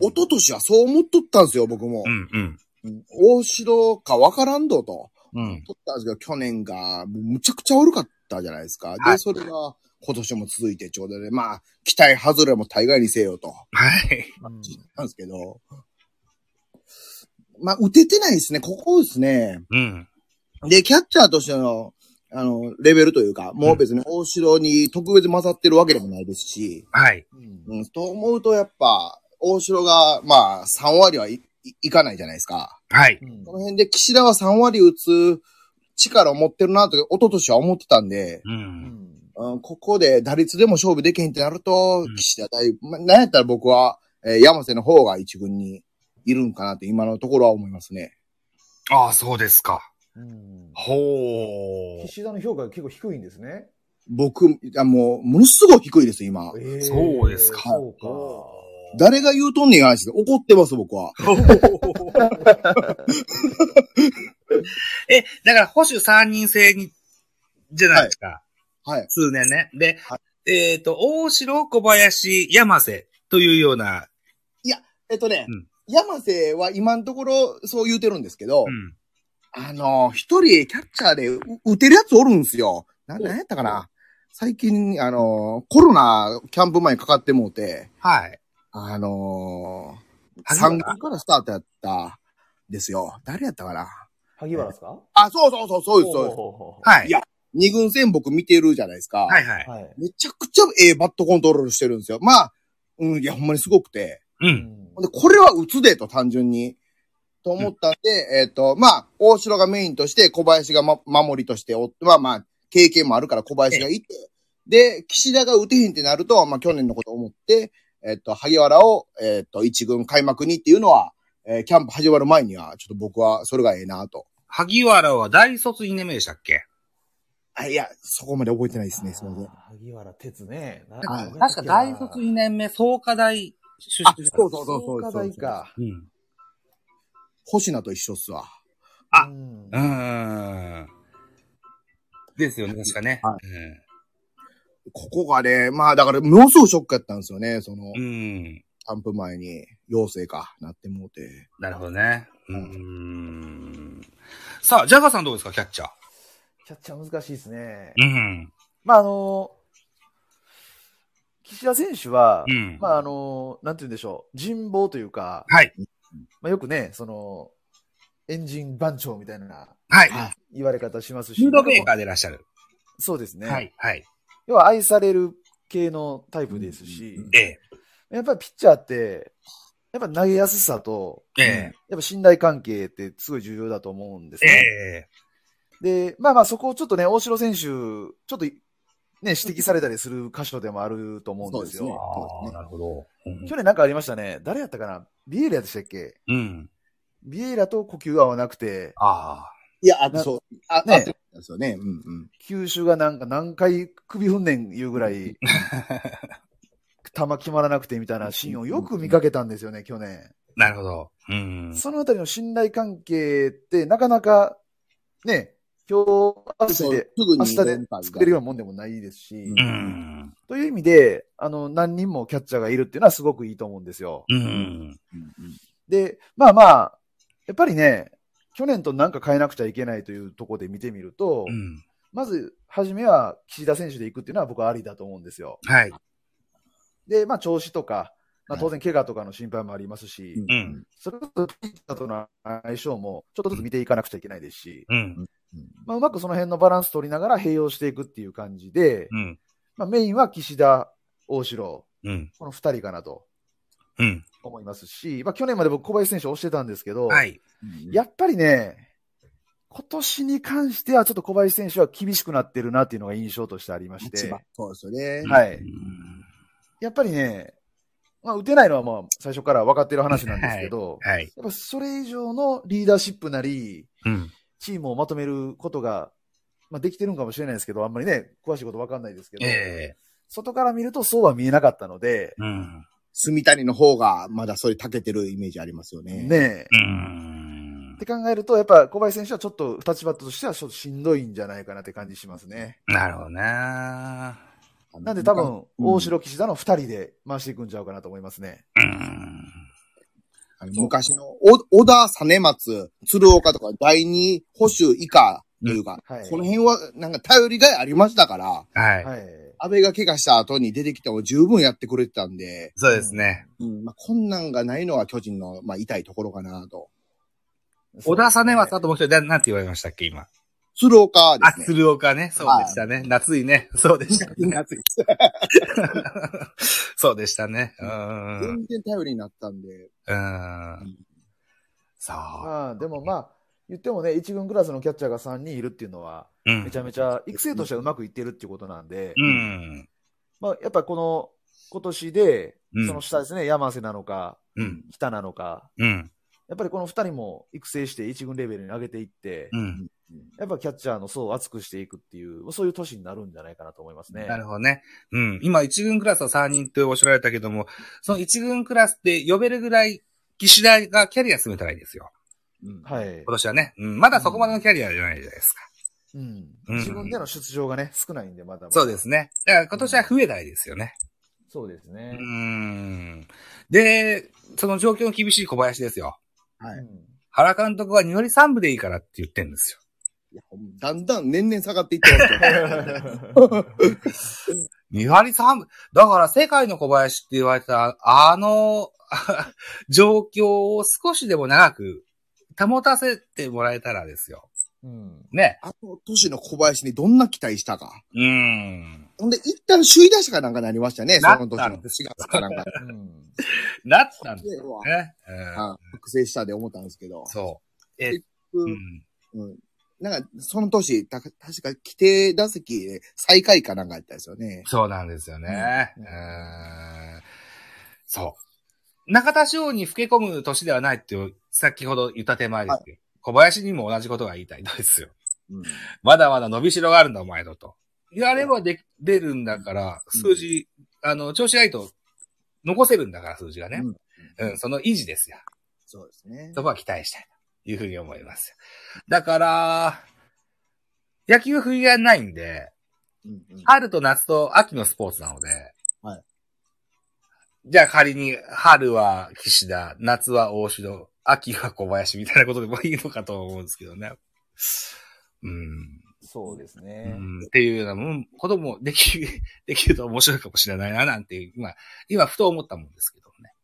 Speaker 2: 一昨年はそう思っとったんですよ、僕
Speaker 1: ん、
Speaker 2: も。
Speaker 1: うん。
Speaker 2: うん大城かわからんどと。
Speaker 1: うん。
Speaker 2: 取ったんですけど、去年が、もうむちゃくちゃ悪かったじゃないですか。
Speaker 1: は
Speaker 2: で、
Speaker 1: い
Speaker 2: それが、今年も続いてちょうどね、まあ、期待外れも大概にせよと。
Speaker 1: はい。
Speaker 3: うん
Speaker 2: なんですけど。まあ、打ててないですね。ここですね。
Speaker 1: うん。
Speaker 2: で、キャッチャーとしての、あの、レベルというか、もう別に大城に特別勝ってるわけでもないですし、
Speaker 1: はい。
Speaker 3: うん
Speaker 2: うん、と思うとやっぱ、大城が、まあ、3割はい、いいかないじゃないですか。
Speaker 1: はい。
Speaker 3: うん
Speaker 2: この辺で岸田は3割打つ力を持ってるなと、一昨年は思ってたんで、
Speaker 1: う。
Speaker 3: うんん
Speaker 2: うん、ここで打率でも勝負できへんってなると、
Speaker 1: うん
Speaker 2: 岸田大、まあ、なんやったら僕は、えー山瀬の方が一軍にいるんかなって今のところは思いますね。
Speaker 1: ああ、そうですか。
Speaker 3: うん
Speaker 1: ほー。
Speaker 3: 岸田の評価が結構低いんですね。
Speaker 2: 僕、あもう、ものすごい低いです、今。
Speaker 3: えー
Speaker 1: そうですか
Speaker 3: そうか。
Speaker 2: 誰が言うとんねん話で怒ってます、僕は。
Speaker 1: え、だから保守三人制に、じゃないですか。
Speaker 2: はい。
Speaker 1: 通年ね。で、
Speaker 2: は
Speaker 1: えっ、と、大城、小林、山瀬というような、
Speaker 2: えっとね、
Speaker 1: うん
Speaker 2: 山瀬は今のところそう言うてるんですけど、
Speaker 1: うん。
Speaker 2: あの、一人キャッチャーでう打てるやつおるんですよ。な、なんやったかな最近、あの、コロナキャンプ前にかかってもうて、
Speaker 1: はい。
Speaker 2: あのー、
Speaker 1: 萩原
Speaker 2: 3軍からスタートやったんですよ。誰やったかな
Speaker 3: 萩原ですか
Speaker 2: あ、そうそうそう、そうです、そうです。
Speaker 3: う
Speaker 1: はい
Speaker 2: いや。二軍戦僕見てるじゃないですか。
Speaker 1: はいはい。
Speaker 3: はい。
Speaker 2: めちゃくちゃええバットコントロールしてるんですよ。まあ、うん、いや、ほんまにすごくて。
Speaker 1: う。
Speaker 3: うんん
Speaker 2: ほんで、これは打つでと、単純に。と思ったんで、えっ、と、まあ、大城がメインとして、小林が、ま、守りとしておって、まあまあ、経験もあるから小林がいて、で、岸田が打てへんってなると、まあ、去年のことを思って、えっ、と、萩原を、えっ、と、一軍開幕にっていうのは、えーキャンプ始まる前には、ちょっと僕はそれがええなと。
Speaker 1: 萩原は大卒2年目でしたっけ
Speaker 2: あいや、そこまで覚えてないですね、すみません。
Speaker 3: あー萩原哲ね。な
Speaker 2: はい
Speaker 3: なんだっ
Speaker 1: 確
Speaker 3: け
Speaker 1: か
Speaker 3: な
Speaker 1: 大卒2年目、創価大出
Speaker 2: あ、
Speaker 1: 身
Speaker 2: そう
Speaker 1: う。
Speaker 2: そうそうそうそ
Speaker 3: 創
Speaker 2: う
Speaker 3: 価大か。
Speaker 1: うん。
Speaker 2: 星名と一緒っすわ。
Speaker 1: あ
Speaker 3: うん
Speaker 1: うーん。ですよね、確かね。
Speaker 2: はここがね、まあだから、ものすごいショックやったんですよね、その
Speaker 1: う、ん。うん。
Speaker 2: キャンプ前に、陽性か、なってもうて。
Speaker 1: なるほどね。うーん。さあ、ジャガーさんどうですか、キャッチャー。
Speaker 3: キャッチャー難しいですね。
Speaker 1: うん。
Speaker 3: まあ、あの、岸田選手は
Speaker 1: う、ん。
Speaker 3: まあ、あの、なんて言うんでしょう、人望というか、
Speaker 1: はい。
Speaker 3: まあ、よくね、その、エンジン番長みたいな
Speaker 1: はい。
Speaker 2: はい
Speaker 3: 言われ方しますし、
Speaker 1: フードメーカーでいらっしゃる。
Speaker 3: そうですね、
Speaker 1: はい。はい。
Speaker 3: 要は愛される系のタイプですし、
Speaker 2: うん
Speaker 1: ええ。
Speaker 3: やっぱりピッチャーって、やっぱ投げやすさと、
Speaker 1: え
Speaker 3: やっぱ信頼関係ってすごい重要だと思うんです
Speaker 1: え。え
Speaker 3: ね。
Speaker 1: え。
Speaker 3: で、まあまあそこをちょっとね、大城選手、ちょっとね、指摘されたりする箇所でもあると思うんですよ。
Speaker 2: そうですね
Speaker 1: ああ、なるほど。うん
Speaker 3: 去年なんかありましたね。誰やったかなビエイラでしたっけ
Speaker 1: うん。
Speaker 3: ビエイラと呼吸合わなくて、
Speaker 1: あ
Speaker 2: いや、あと
Speaker 3: な
Speaker 2: そう。あ、
Speaker 3: ね
Speaker 2: ねですよね。うんうん。
Speaker 3: 球種がなんか何回首踏んねん言うぐらい、
Speaker 1: あ。
Speaker 3: 球決まらなくてみたいなシーンをよく見かけたんですよね、去年。
Speaker 1: なるほど。うん。
Speaker 3: そのあたりの信頼関係ってなかなか、ね、今日合わせ
Speaker 2: そう
Speaker 3: て、
Speaker 2: すぐに
Speaker 3: 明日で
Speaker 2: 連敗が
Speaker 3: 作れるようなもんでもないですし、
Speaker 2: うん
Speaker 1: うん。
Speaker 3: という意味で、あの、何人もキャッチャーがいるっていうのはすごくいいと思うんですよ。
Speaker 1: うん。
Speaker 3: で、まあまあ、やっぱりね、去年となんか変えなくちゃいけないというところで見てみると、
Speaker 1: うん。
Speaker 3: まず、初めは岸田選手で行くっていうのは僕はありだと思うんですよ。
Speaker 1: はい。
Speaker 3: で、まあ調子とか、まあ
Speaker 2: はい
Speaker 3: 当然怪我とかの心配もありますし、
Speaker 2: うん
Speaker 1: うん
Speaker 3: それこそピッチャーとの相性もちょっとずつ見ていかなくちゃいけないですし、
Speaker 1: うん。
Speaker 3: まあうまくその辺のバランス取りながら併用していくっていう感じで、
Speaker 1: うん。
Speaker 3: まあメインは岸田、大城、
Speaker 1: うん。
Speaker 3: この二人かなと
Speaker 1: うん。
Speaker 3: 思いますし、まあ去年まで僕小林選手を推してたんですけど、
Speaker 1: はい。
Speaker 2: いや、
Speaker 3: やっぱりね、今年に関してはちょっと小林選手は厳しくなってるなっていうのが印象としてありまし
Speaker 2: 一
Speaker 3: て
Speaker 2: 番、。そうですよね。
Speaker 3: は
Speaker 1: う
Speaker 3: い。
Speaker 1: ん
Speaker 3: やっぱりね、まあ打てないのはまあ最初から分かってる話なんですけど、
Speaker 1: はい。
Speaker 3: やっぱそれ以上のリーダーシップなり、
Speaker 1: うん。
Speaker 3: チームをまとめることが、まあ、できてるんかもしれないですけど、あんまりね、詳しいこと分かんないですけど、
Speaker 1: ええ。
Speaker 3: 外から見るとそうは見えなかったので、
Speaker 1: うん。
Speaker 2: 住谷の方が、まだそれ長けてるイメージありますよね。
Speaker 3: ねえ、
Speaker 1: う
Speaker 3: っ
Speaker 1: ん。
Speaker 3: て考えると、やっぱ小林選手はちょっと立場としてはちょっとしんどいんじゃないかなって感じしますね。
Speaker 1: なるほどね。
Speaker 2: あの
Speaker 3: なんで多。
Speaker 2: 昔
Speaker 3: 分、大城岸田の2人で回していくんちゃうかなと思いますね。
Speaker 1: うん。
Speaker 2: あの昔の、お小田、実松、鶴岡とか、第二保守以下というか、
Speaker 3: はい。
Speaker 2: この辺は、なんか頼りがいありましたから、
Speaker 1: はい。
Speaker 3: はい。
Speaker 2: 安倍が怪我した後に出てきても十分やってくれてたんで、
Speaker 1: そうですね。
Speaker 2: うんまあ、こんなんがないのは巨人の、まあ、痛いところかなと。
Speaker 1: 小田さねは
Speaker 3: そう
Speaker 1: あともう一人、なんて言われましたっけ、今。
Speaker 2: 鶴岡で
Speaker 1: あ、
Speaker 2: すね。
Speaker 1: 鶴岡ね。そうでしたね。夏いね。そうでした。
Speaker 2: 夏いです
Speaker 1: そうでしたね。うん。うん。
Speaker 2: 全然頼りになったんで。
Speaker 3: ですね
Speaker 1: さあ。
Speaker 3: まあ、でもまあ、言ってもね、1軍クラスのキャッチャーが3人いるっていうのは、
Speaker 1: うん
Speaker 3: めちゃめちゃ育成としてはうまくいってるっていうことなんで、
Speaker 1: うん。
Speaker 3: まあ、やっぱこの今年で
Speaker 1: うん、
Speaker 3: その下ですね、山瀬なのか、
Speaker 1: うん。
Speaker 3: 北なのか、
Speaker 1: うん。
Speaker 3: やっぱりこの2人も育成して1軍レベルに上げていって、
Speaker 1: うん。
Speaker 3: やっぱキャッチャーの層を厚くしていくっていう、そういう年になるんじゃないかなと思いますね。
Speaker 1: なるほどね。うん。今、一軍クラスは3人っておっしゃられたけども、その一軍クラスって呼べるぐらい、岸田がキャリア進めたらいいですよ。
Speaker 2: うん
Speaker 3: はい
Speaker 1: 今。年はね。うん。まだそこまでのキャリアじゃないじゃないですか。
Speaker 3: うん。
Speaker 1: うん
Speaker 3: 自分での出場がね、少ないんで、まだまだ。
Speaker 1: そうで。すね。だから今年は増えないですよね。
Speaker 3: そうです
Speaker 1: う
Speaker 3: ね。
Speaker 1: ん。で、その状況の厳しい小林ですよ。
Speaker 2: はい
Speaker 3: うん
Speaker 1: 原監督は2割3分でいいからって言ってるんですよ。
Speaker 2: いやほんだんだん年々下がっていってますけど
Speaker 1: 2割3分。だから世界の小林 って言われた、あの、状況を少しでも長く保たせてもらえたらですよ。
Speaker 3: うん。
Speaker 1: ね。
Speaker 2: あの年の小林にどんな期待したか。
Speaker 1: うーん。
Speaker 2: ほんで、一旦首位打者かなんかになりましたね、そ
Speaker 1: なった
Speaker 2: の
Speaker 1: ん
Speaker 2: 年の4月かなんか。
Speaker 3: うん。
Speaker 1: なったんです
Speaker 2: でうわ
Speaker 1: ね。うん
Speaker 2: あ覚醒したで思ったんですけど。
Speaker 1: そう。え、
Speaker 2: う
Speaker 1: うんん。
Speaker 2: うんなんか、その年、た確か規定打席で最下位かなんかやったんですよね。
Speaker 1: そうなんですよね。う
Speaker 3: うん
Speaker 1: ん。そう。中田翔に吹け込む年ではないって、先ほど言った手前ですよ。小林にも同じことが言いたいのですよ。
Speaker 2: うん
Speaker 1: まだまだ伸びしろがあるんだ、お前のと。やればで、出るんだから、数字、あの、調子がいいと、残せるんだから、数字がね。うん、その維持ですよ。
Speaker 2: そうですね。
Speaker 1: そこは期待したいというふうに思います。だから、野球冬やないんで、
Speaker 2: うんうん
Speaker 1: 春と夏と秋のスポーツなので、
Speaker 2: はい。
Speaker 1: じゃあ仮に、春は岸田、夏は大城、秋は小林みたいなことでもいいのかと思うんですけどね。うん。
Speaker 3: そうです
Speaker 1: う
Speaker 3: ね。
Speaker 1: んっていうようなもん、こともでき、 できると面白いかもしれないな、なんていう、今、今、ふと思ったもんですけどね。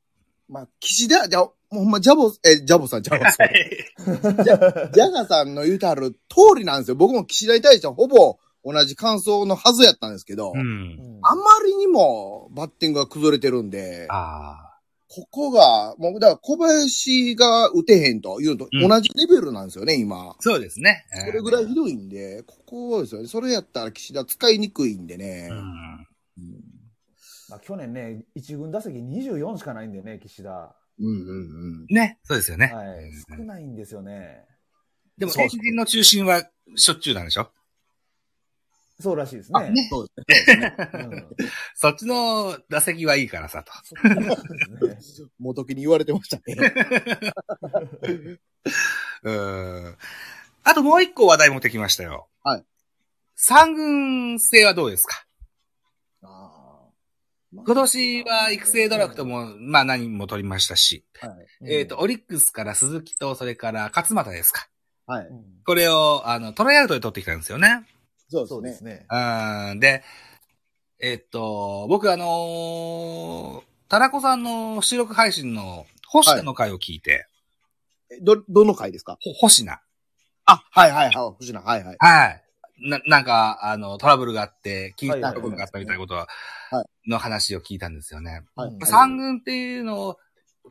Speaker 2: まあ、岸田、じゃ、もうほんま、ジャボ、え、ジャボさん、ジャボ さん。ジャガさんの言うたる通りなんですよ。僕も岸田に対してはほぼ同じ感想のはずやったんですけど、
Speaker 1: うん。
Speaker 3: ん
Speaker 2: あまりにもバッティングが崩れてるんで、
Speaker 1: ああ。
Speaker 2: ここが、もう、だから小林が打てへんというのと
Speaker 1: うん
Speaker 2: 同じレベルなんですよね、今。
Speaker 1: そうですね。
Speaker 2: それぐらいひ
Speaker 1: う
Speaker 2: どいんで、ここですよね。それやったら岸田使いにくいんでね。
Speaker 1: ん。
Speaker 3: まあ、去年ね、一軍打席24しかないんでね、岸田。は
Speaker 2: うんうんうん。
Speaker 1: ね。そうですよね。
Speaker 3: い。少ないんですよね。
Speaker 1: でも、
Speaker 2: そう
Speaker 1: 変
Speaker 2: そう
Speaker 1: 人の中心はしょっちゅうなんでしょ
Speaker 3: そうらしいです
Speaker 1: あ
Speaker 3: ね。
Speaker 1: ね
Speaker 2: そうですね。
Speaker 3: うん
Speaker 1: そっちの打席はいいからさ、と。
Speaker 3: そっかそうですね
Speaker 2: 元木に言われてましたね。
Speaker 1: うーん。あともう一個話題持ってきましたよ。
Speaker 2: はい。
Speaker 1: 三軍制はどうですか
Speaker 2: あ
Speaker 1: 今年は育成ドラフトも、まあ何人も取りましたし。
Speaker 2: ーはい。
Speaker 1: えっ、と、オリックスから鈴木と、それから勝俣ですか。
Speaker 2: はい。
Speaker 3: うん
Speaker 1: これを、あの、トライアウトで取ってきたんですよね。
Speaker 2: そ
Speaker 3: そう
Speaker 2: う
Speaker 3: で
Speaker 2: ですすね。
Speaker 3: ね。
Speaker 1: うん。で、えっ、と、僕あのー、タラコさんの収録配信の星名の回を聞いて、
Speaker 2: えど、どの回ですか
Speaker 1: ほ星名。
Speaker 2: あ、はいはいはい。星野、はいはい。
Speaker 1: はい。な、なんか、あの、トラブルがあって、金銭トラブルがあったみたいなことは、
Speaker 2: は
Speaker 1: の話を聞いたんですよね。
Speaker 2: はい
Speaker 3: うん
Speaker 1: 三軍っていうのを、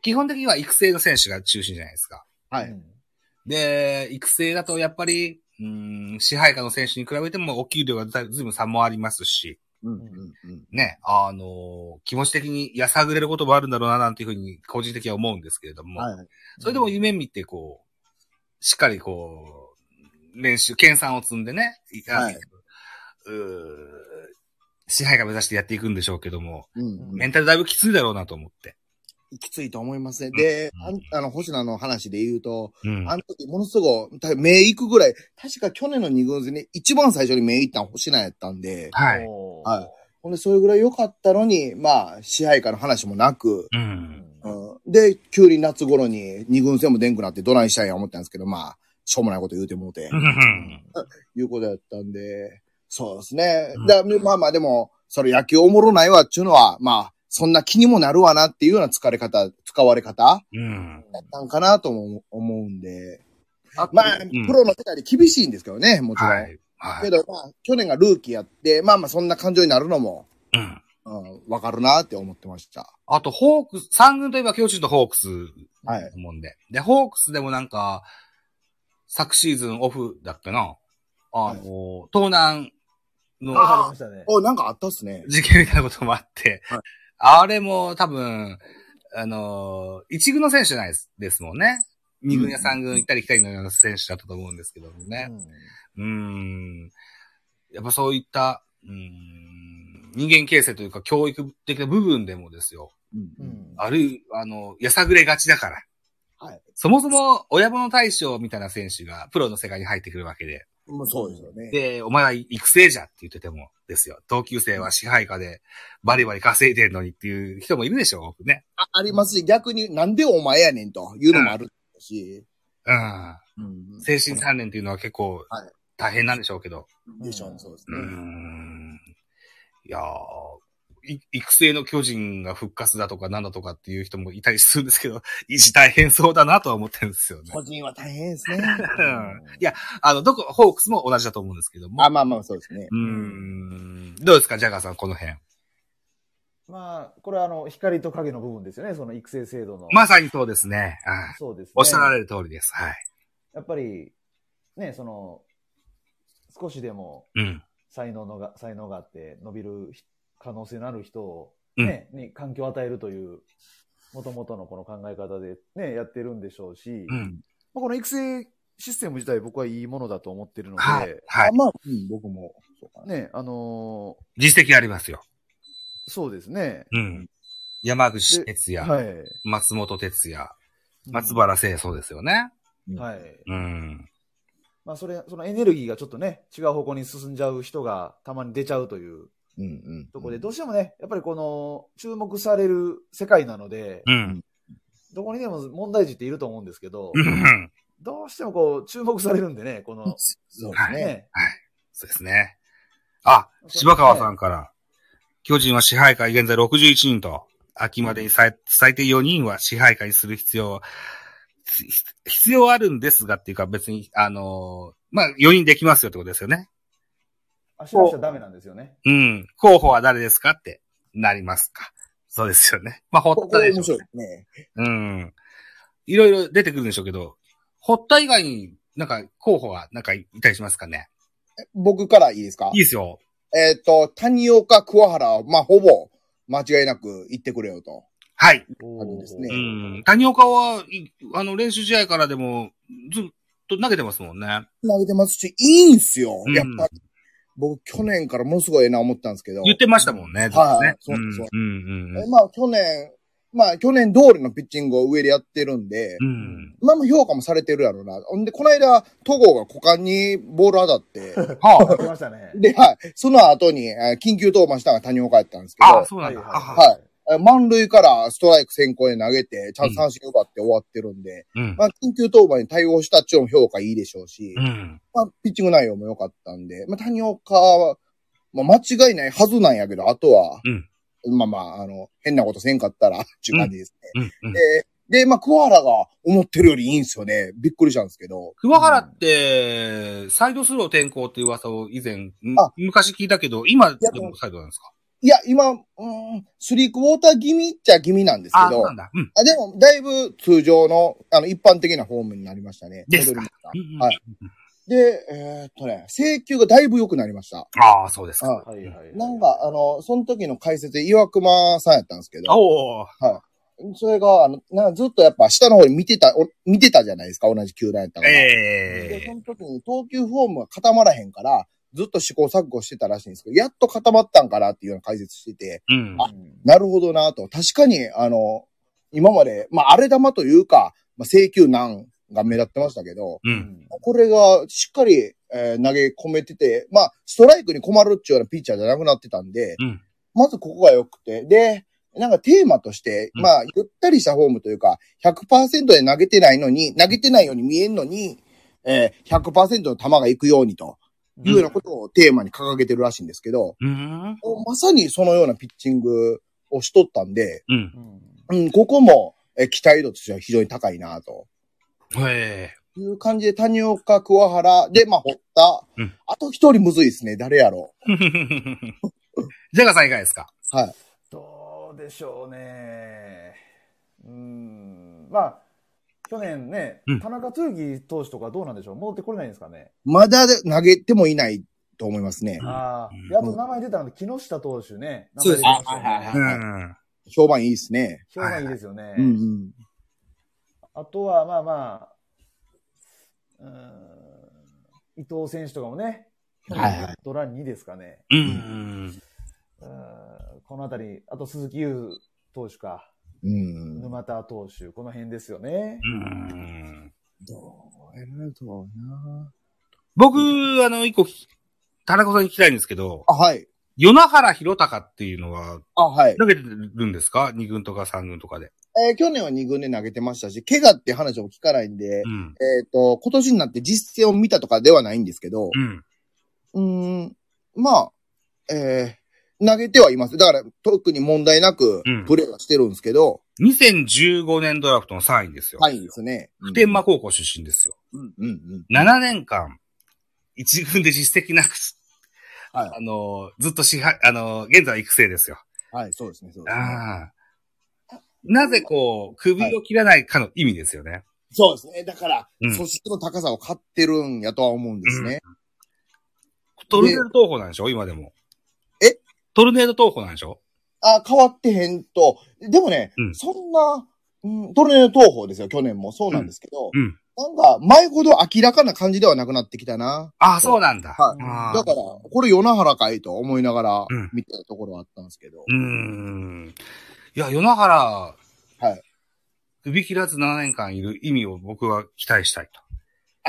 Speaker 1: 基本的には育成の選手が中心じゃないですか。
Speaker 2: は
Speaker 3: う
Speaker 2: い。
Speaker 3: ん
Speaker 1: で、育成だとやっぱり、うーん、支配下の選手に比べてもお給料がだいぶ差もありますし、
Speaker 2: うん
Speaker 3: うん
Speaker 2: うん。
Speaker 1: ね、あの気持ち的にやさぐれることもあるんだろうな、なんていうふうに個人的には思うんですけれども、
Speaker 2: はいはい。
Speaker 1: それでも夢見てこう、しっかりこう、練習、研鑽を積んでね、あの
Speaker 2: はいう
Speaker 1: ー支配下目指してやっていくんでしょうけども、
Speaker 2: うん
Speaker 1: メンタルだいぶきついだろうなと思って。
Speaker 2: きついと思いますね。で、あん
Speaker 1: うん
Speaker 2: あの、星野の話で言うと、
Speaker 1: うん
Speaker 2: あの時ものすごい、目行くぐらい、確か去年の二軍戦に一番最初に目行ったの星野やったんで、
Speaker 1: はい。
Speaker 3: おー
Speaker 2: はいほんで、それぐらい良かったのに、まあ、支配下の話もなく、
Speaker 1: う。
Speaker 3: うんん
Speaker 2: うん、で、急に夏頃に二軍戦も出んくなってどないしたんや思ったんですけど、まあ、しょうもないこと言うてもうて。いうことやったんで、そうですね
Speaker 1: うん。
Speaker 2: だまあまあでも、それ野球おもろないわっていうのは、まあ、そんな気にもなるわなっていうような疲れ方、使われ方
Speaker 1: うん。
Speaker 2: なんかなとも思うんで。
Speaker 3: あ
Speaker 2: まあ、
Speaker 1: ん
Speaker 2: プロの世界で厳しいんですけどね、もちろん。
Speaker 1: はい。は
Speaker 2: け
Speaker 1: い。
Speaker 2: ど、まあ、去年がルーキーやって、まあまあそんな感情になるのも、
Speaker 1: うん
Speaker 2: うん、わかるなって思ってました。
Speaker 1: あと、ホークス、三軍といえば巨人とホークス、
Speaker 2: はい。
Speaker 1: 思うんで。で、ホークスでもなんか、昨シーズンオフだっけな。あの、東南の
Speaker 3: わかりましたね。
Speaker 2: お、なんかあったっすね。
Speaker 1: 事件みたいなこともあって、
Speaker 2: はい
Speaker 1: あれも多分、あの、一軍の選手じゃないですですもんね。二軍や三軍行ったり来たりのような選手だったと思うんですけどもね。
Speaker 3: うん
Speaker 1: うーん。やっぱそういった、うーん、人間形成というか教育的な部分でもですよ。
Speaker 2: うん
Speaker 3: うん
Speaker 1: あるいは、あの、やさぐれがちだから。
Speaker 2: はい。
Speaker 1: そもそも、親物大将みたいな選手が、プロの世界に入ってくるわけで。
Speaker 2: もうそうですよね。
Speaker 1: で、お前は育成じゃって言ってても、ですよ。同級生は支配下で、バリバリ稼いでんのにっていう人もいるでしょ、僕ね。
Speaker 2: あありますし、逆になんでお前やねんというのもあるし。
Speaker 1: うん。
Speaker 2: うん
Speaker 1: 精神鍛錬っていうのは結構
Speaker 2: はい、
Speaker 1: 大変なんでしょうけど。
Speaker 2: でしょうね、そうです
Speaker 1: うー
Speaker 2: ね。
Speaker 1: ん。いやー、い育成の巨人が復活だとかなんだとかっていう人もいたりするんですけど、維持大変そうだなとは思ってるんですよね。
Speaker 2: 個人は大変で すね。
Speaker 1: うんいや、あの、どこ、ホークスも同じだと思うんですけども。
Speaker 2: あ、まあまあ、そうですね
Speaker 1: う。ーん。どうですか、ジャガーさん、この辺。
Speaker 3: まあ、これはあの、光と影の部分ですよね、その育成制度の。
Speaker 1: まさにそうですね。あ
Speaker 3: そうですね。
Speaker 1: おっしゃられる通りです。はい。
Speaker 3: やっぱり、ね、その、少しでも
Speaker 1: うん。
Speaker 3: 才能のが、才能があって伸びるひ可能性のある人を
Speaker 1: うん
Speaker 3: ね、に環境を与えるという、もともとのこの考え方でね、やってるんでしょうし、
Speaker 1: う
Speaker 3: まあ
Speaker 1: ん。
Speaker 3: この育成システム自体僕はいいものだと思ってるので、
Speaker 1: はい。はい
Speaker 2: あ。まあ、うん、僕も、そうかな。
Speaker 3: ね、あの
Speaker 1: 実績ありますよ。
Speaker 3: ーそうですね。
Speaker 1: うん。山口哲也、
Speaker 3: はい。
Speaker 1: 松本哲也、松原聖、そうですよね。
Speaker 3: はい。
Speaker 1: うん。
Speaker 3: まあ、それ、そのエネルギーがちょっとね、違う方向に進んじゃう人がたまに出ちゃうという
Speaker 2: うんうん。
Speaker 3: ところで、どうしてもね、やっぱりこの、注目される世界なので、
Speaker 1: うん。
Speaker 3: どこにでも問題児っていると思うんですけど、
Speaker 1: うん。
Speaker 3: どうしてもこう、注目されるんでね、この、
Speaker 2: そうですね。
Speaker 3: ね、
Speaker 1: そうですね。あ、柴川さんから、巨人は支配下現在61人と、秋までに最最低4人は支配下にする必要は、ひ必要あるんですがっていうか別に、あのーまあ、4人できますよってことですよね。
Speaker 3: 足出しちゃダメなんですよね。
Speaker 1: うん。候補は誰ですかってなりますか。そうですよね。まあ、
Speaker 2: こ
Speaker 1: 堀
Speaker 2: こ
Speaker 1: 田で
Speaker 2: 面
Speaker 1: しょ
Speaker 2: 白
Speaker 1: う
Speaker 2: いで。すね。
Speaker 1: うん。いろいろ出てくるんでしょうけど、堀田以外になんか候補はなんかいたりしますかね。
Speaker 2: 僕からいいですか
Speaker 1: いいですよ。
Speaker 2: えっ、と、谷岡、桑原は、まあ、ほぼ、間違いなく言ってくれよと。
Speaker 1: はい。
Speaker 3: お
Speaker 2: あるんですね
Speaker 1: う
Speaker 3: ー
Speaker 1: ん。谷岡は、いあの、練習試合からでも、ずっと投げてますもんね。
Speaker 2: 投げてますし、いいんすよ
Speaker 1: う。ん
Speaker 2: やっぱり。僕、去年からものすごいええな思ったんですけど。
Speaker 1: 言ってましたもんね、ずっとね。
Speaker 2: そうそう
Speaker 1: うんうんうん。
Speaker 2: まあ、去年、まあ、去年通りのピッチングを上でやってるんで、
Speaker 1: うん。
Speaker 2: まあまあ評価もされてるやろうな。ほんで、この間、戸郷が股間にボール当たって、
Speaker 1: は
Speaker 3: やってましたね。
Speaker 2: で、はい。その後に、えー緊急登板したのが谷岡やったんですけ
Speaker 1: あ。ああ、
Speaker 2: ど
Speaker 1: そうなんだ。あ
Speaker 2: はいえー、満塁からストライク先行で投げて、ちゃんと三振奪って終わってるんで、
Speaker 1: うん
Speaker 2: まあ、緊急登板に対応したっちゅうのも評価いいでしょうし、
Speaker 1: うん。
Speaker 2: まあ、ピッチング内容も良かったんで、まあ、谷岡は、まあ、間違いないはずなんやけど、あとは、まあまあ、あの、変なことせんかったら、っていう感じですね。
Speaker 1: うん。うん。
Speaker 2: で、で、まあ、桑原が思ってるよりいいんですよね。びっくりしたんですけど。
Speaker 1: 桑原って、サイドスロー転向っていう噂を以前、ん
Speaker 2: あ
Speaker 1: 昔聞いたけど、今で
Speaker 2: や
Speaker 1: もサイドなんですか
Speaker 2: いや、今、うーん、スリークウォーター気味っちゃ気味なんです
Speaker 1: ああ、
Speaker 2: け
Speaker 1: そう
Speaker 2: ど
Speaker 1: な、んだ。うん。
Speaker 2: あでも、だいぶ通常の、あの、一般的なフォームになりましたね。
Speaker 1: ですか
Speaker 2: 戻りま
Speaker 1: う
Speaker 2: し
Speaker 1: んうん
Speaker 2: はいたで、えーっとね、請求がだいぶ良くなりました。
Speaker 1: ああ、そうですか。
Speaker 2: は
Speaker 3: はいはい。
Speaker 2: い。なんか、あの、その時の解説で岩隈さんやったんですけど、
Speaker 1: おお
Speaker 2: それが、あの、なんかずっとやっぱ下の方に見てた、お見てたじゃないですか、同じ球団やったから。で、
Speaker 1: え
Speaker 2: そ
Speaker 1: え
Speaker 2: の時に投球フォームが固まらへんから、ずっと試行錯誤してたらしいんですけど、やっと固まったんかなっていうような解説してて、
Speaker 1: うん。
Speaker 3: うん
Speaker 2: なるほどなと。確かに、あの、今まで、まあ、荒れ玉というか、まあ、請求難が目立ってましたけど、
Speaker 1: う。
Speaker 3: うんん
Speaker 2: これがしっかり、えー投げ込めてて、まあ、ストライクに困るっていうようなピッチャーじゃなくなってたんで、
Speaker 1: うん
Speaker 2: まずここが良くて、で、なんかテーマとして、
Speaker 1: うん
Speaker 2: まあ、ゆったりしたフォームというか、100%で投げてないのに、投げてないように見えんのに、えー、100%の球が行くようにというようなことをテーマに掲げてるらしいんですけど、
Speaker 1: うん。
Speaker 2: まさにそのようなピッチングをしとったんで、
Speaker 1: うん。
Speaker 3: うん
Speaker 2: うん、ここも、えー期待度としては非常に高いなと。
Speaker 1: ええ
Speaker 2: いう感じで、谷岡、桑原、で、まあ、堀田。
Speaker 1: うん
Speaker 2: あと一人むずいですね。誰やろ
Speaker 1: ジャガーさんいかがですか
Speaker 2: う。はい。
Speaker 3: どうでしょうね。うん。まあ、去年ね
Speaker 1: うん、
Speaker 3: 田中豊樹投手とかどうなんでしょう戻ってこれないんですかね。
Speaker 2: まだ投げてもいないと思いますね。
Speaker 3: ああ
Speaker 1: うん。
Speaker 3: であと名前出たので、木下投手ね。
Speaker 1: そうです。
Speaker 3: 名前出てましたよね
Speaker 2: あはいはいはいううん評判いいですね。
Speaker 3: 評判いいですよね。
Speaker 2: うんうん。
Speaker 3: あとは、まあまあ、うーん、伊藤選手とかもね、
Speaker 2: はいはい
Speaker 3: ドラン2ですかね。
Speaker 1: うん。
Speaker 3: うーんこのあたり、あと鈴木優投手か、
Speaker 2: うん。
Speaker 3: 沼田投手、この辺ですよね
Speaker 1: う。ん。
Speaker 2: どうやるとな
Speaker 1: 僕、あの、一個き、田中さんに聞きたいんですけど、
Speaker 2: あ、はい。
Speaker 1: 与那原博隆っていうのは、
Speaker 2: あ、はい。
Speaker 1: 投げてるんですか二軍とか三軍とかで。
Speaker 2: えー去年は2軍で投げてましたし、怪我って話も聞かないんで、
Speaker 1: うん。
Speaker 2: えっ、と、今年になって実戦を見たとかではないんですけど
Speaker 1: う、ん。
Speaker 2: うーん、まあ、えー投げてはいます。だから、特に問題なく
Speaker 1: うん、
Speaker 2: プレーはしてるんですけど、
Speaker 1: 2015年ドラフトの3位ですよ。
Speaker 2: はいですね。
Speaker 1: 普天間高校出身ですよ。
Speaker 2: うんうんうん。
Speaker 1: 7年間、一軍で実績なく、
Speaker 2: はい
Speaker 1: あの、ずっと支配、あの、現在は育成ですよ。
Speaker 2: はい、そうですね、そうですね。
Speaker 1: ああ。なぜこう、首を切らないかの意味ですよね。
Speaker 2: そうですね。だから、
Speaker 1: うん
Speaker 2: 素質の高さを買ってるんやとは思うんですね。
Speaker 1: トルネード投法なんでしょ今でも。
Speaker 2: え
Speaker 1: トルネード投法なんでしょ
Speaker 2: あ、変わってへんと。でもね、
Speaker 1: うん
Speaker 2: そんな、うん、トルネード投法ですよ、去年もそうなんですけど、
Speaker 1: うんうん
Speaker 2: なんか、前ほど明らかな感じではなくなってきたな。
Speaker 1: ああ、そうなんだ。
Speaker 2: はい
Speaker 1: ああ
Speaker 2: だから、これ、与那原かいと思いながら
Speaker 1: うん
Speaker 2: 見てたところはあったんですけど。
Speaker 1: うーん。いや、夜那原、
Speaker 2: はい。
Speaker 1: 首切らず7年間いる意味を僕は期待したいと。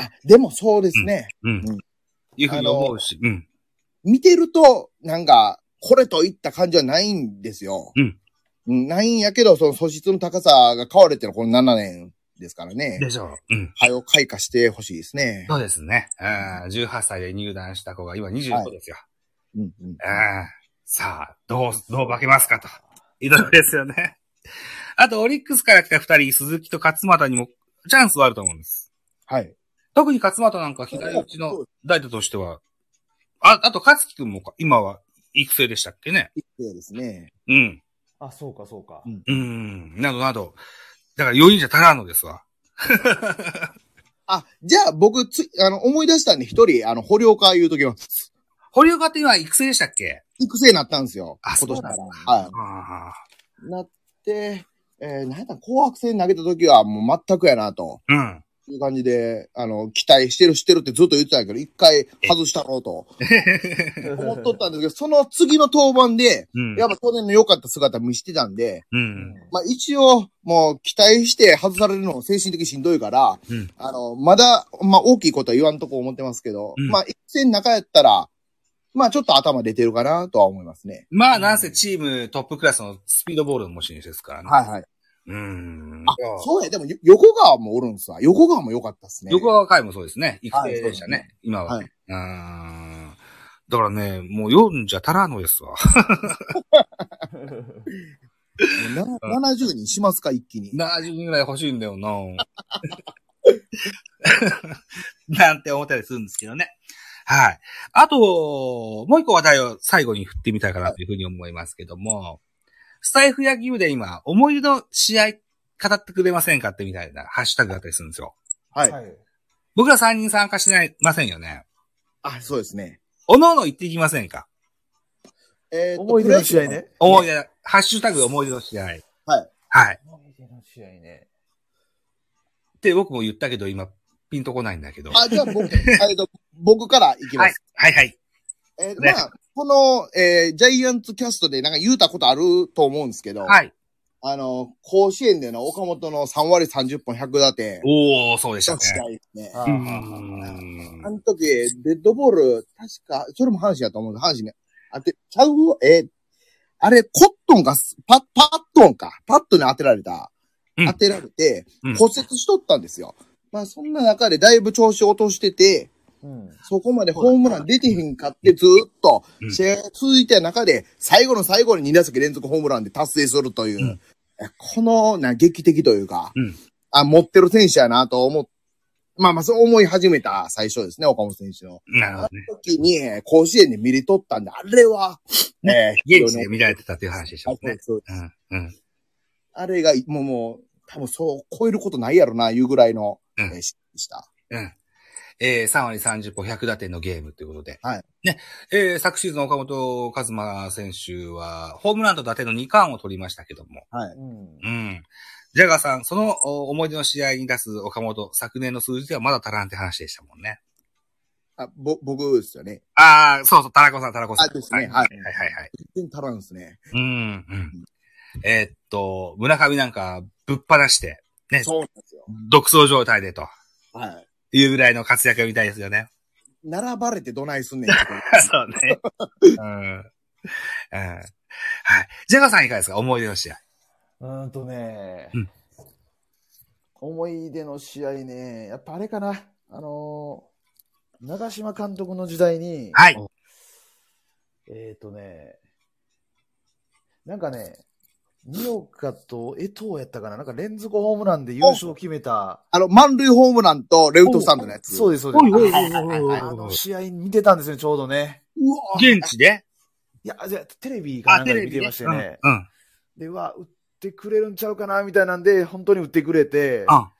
Speaker 2: あ、でもそうですね。
Speaker 1: うん。
Speaker 2: うん
Speaker 1: いうふうに思うし、うん。
Speaker 2: 見てると、なんか、これといった感じはないんですよ。
Speaker 1: うん
Speaker 2: うん。ないんやけど、その素質の高さが変われてるのはこの7年ですからね。
Speaker 1: でしょう。うん。
Speaker 2: はよ開花してほしいですね。
Speaker 1: そうですね。うん。18歳で入団した子が今25ですよ。
Speaker 2: うんうん
Speaker 1: うんさあ、どう、どう化けますかと。いろいろですよね。あと、オリックスから来た二人、鈴木と勝俣にもチャンスはあると思うんです。
Speaker 2: はい。
Speaker 1: 特に勝俣なんか左打ちの代打としては、あ、あと勝木くんもか今は育成でしたっけね。
Speaker 2: そうですね。
Speaker 1: うん。
Speaker 3: あ、そうか、そうか。
Speaker 1: うん。などなど。だから余韻じゃ足らんのですわ。
Speaker 2: あ、じゃあ僕つ、あの、思い出したんで、一人、あの、堀岡言うときは、
Speaker 1: 堀岡って今育成でしたっけ
Speaker 2: 育成になったんですよ。
Speaker 1: あ
Speaker 2: 今年から
Speaker 1: そうなん。
Speaker 2: は
Speaker 1: ああ。
Speaker 2: い。なって、えー、なんやった紅白戦投げたときは、もう全くやな、と
Speaker 1: うん。
Speaker 2: いう感じで、あの、期待してる、してるってずっと言ってたんやけど、一回外したろう と思っとったんですけど、その次の登板で、
Speaker 1: うん。
Speaker 2: やっぱ去年の良かった姿見してたんで、
Speaker 1: うん。
Speaker 2: まあ一応、もう期待して外されるのも精神的にしんどいから、
Speaker 1: うん
Speaker 2: あの、まだ、まあ大きいことは言わんとこ思ってますけど、
Speaker 1: うん
Speaker 2: まあ一戦中やったら、まあちょっと頭出てるかなとは思いますね。
Speaker 1: まあ、なんせチームトップクラスのスピードボールの持ち主ですからね。
Speaker 2: はいはい。
Speaker 1: うーん。
Speaker 2: あ、そうや、でもよ横川もおるんすわ。横川も良かったっすね。
Speaker 1: 横川海もそうですね。育成でしたね、
Speaker 2: は
Speaker 1: 今は。
Speaker 2: はいう
Speaker 1: ーん。だからね、もう読んじゃ足らんのですわ。
Speaker 2: もうな70人しますか、一気に。
Speaker 1: 70人ぐらい欲しいんだよな なんて思ったりするんですけどね。はい。あと、もう一個話題を最後に振ってみたいかなというふうに思いますけども、スタイフ野球部で今、思い出の試合語ってくれませんかってみたいなハッシュタグがあったりするんですよ。
Speaker 2: はい。
Speaker 3: はい。
Speaker 1: 僕ら3人参加してないませんよね。
Speaker 2: あ、そうですね。
Speaker 1: おのおの言っていきませんか
Speaker 2: えーと
Speaker 3: 思い出の試合。ね。
Speaker 1: 思い出、ハッシュタグ思い出の試合。はい。はい。
Speaker 3: 思い出の試合ね。
Speaker 1: って僕も言ったけど、今、ピンとこないんだけど。
Speaker 2: プロ野球あ、じゃあ僕、えーと僕からいきま
Speaker 1: はい
Speaker 2: す。。
Speaker 1: はいはい。
Speaker 2: えー
Speaker 1: ね
Speaker 2: まあ、この、えージャイアンツキャストでなんか言うたことあると思うんですけど、
Speaker 1: はい。
Speaker 2: あの、甲子園での岡本の3割30本100打点、
Speaker 1: おー、そうでした
Speaker 2: の試
Speaker 1: ね。
Speaker 2: 合ですね。
Speaker 3: あ
Speaker 1: うー
Speaker 3: ー
Speaker 1: ん
Speaker 2: あの時、デッドボール、確か、それも阪神やと思うんです。阪神ね。あて、ちゃうわえーあれ、コットンがす、パパットンか。パットンに当てられた。
Speaker 1: うん
Speaker 2: 当てられて
Speaker 1: うん、
Speaker 2: 骨折しとったんですよ。まあ、そんな中でだいぶ調子落としてて、
Speaker 3: うん。
Speaker 2: そこまでホームラン出てへんかってずーっと
Speaker 1: うん
Speaker 2: 試合が続いた中で、最後の最後に2打席連続ホームランで達成するという、
Speaker 1: うん
Speaker 2: えこのな劇的というか、
Speaker 1: うん
Speaker 2: あ、持ってる選手やなと思っまあまあそう思い始めた最初ですね、岡本選手の。
Speaker 1: なるほどね。
Speaker 2: 時に、えー甲子園で見れとったんで、あれは、ね、
Speaker 1: 現地で見られてたという話でしたもん
Speaker 2: はい
Speaker 1: ね。
Speaker 2: そう
Speaker 1: うん。うん。
Speaker 2: あれが、もうもう、多分そう超えることないやろな、いうぐらいの、
Speaker 1: うん
Speaker 2: えー試合でした。
Speaker 1: うん。えー、3割30歩100打点のゲームということで。
Speaker 2: はい。
Speaker 1: ね。えー、昨シーズン岡本和真選手は、ホームランと打点の2冠を取りましたけども。
Speaker 3: うん
Speaker 1: うん。ジャガーさん、そのお思い出の試合に出す岡本、昨年の数字ではまだ足らんって話でしたもんね。
Speaker 2: あ、ぼ、僕ですよね。
Speaker 1: ああ、そうそう、田中さん、田中さん。
Speaker 2: あですね
Speaker 1: は
Speaker 2: はいい、
Speaker 1: はい、はいはい。
Speaker 2: 全然足らんですね。
Speaker 1: うん、うん。えーっと、村上なんかぶっ放して、ね、
Speaker 2: そうなんですよ。
Speaker 1: 独走状態でと
Speaker 2: はい。
Speaker 1: いうぐらいの活躍みたいですよね。
Speaker 2: 並ばれてどないすんねんって。
Speaker 1: そうね。 うん。うん。はい。ジャガーさんいかがですか思い出の試合。
Speaker 3: うーんとね、
Speaker 1: うん
Speaker 3: 思い出の試合ね、やっぱあれかな、あのー長嶋監督の時代に、
Speaker 1: はい。
Speaker 3: えっ、とね、なんかね、二岡と江藤やったかな、なんか連続ホームランで優勝を決めた。
Speaker 2: あの、満塁ホームランとレフトスタンドのやつ。
Speaker 3: そう
Speaker 2: う
Speaker 3: です、そう
Speaker 1: おいおいおい
Speaker 3: で
Speaker 1: おいおいおいおい
Speaker 3: す。あの試合見てたんですよね、ちょうどね。
Speaker 2: わ
Speaker 1: 現地で
Speaker 3: いや、じゃあテレビかなんかで見てまして
Speaker 1: うん。
Speaker 3: ね。
Speaker 1: うん。
Speaker 3: で、うわ、打ってくれるんちゃうかな、みたいなんで、本当に打ってくれて。
Speaker 1: あ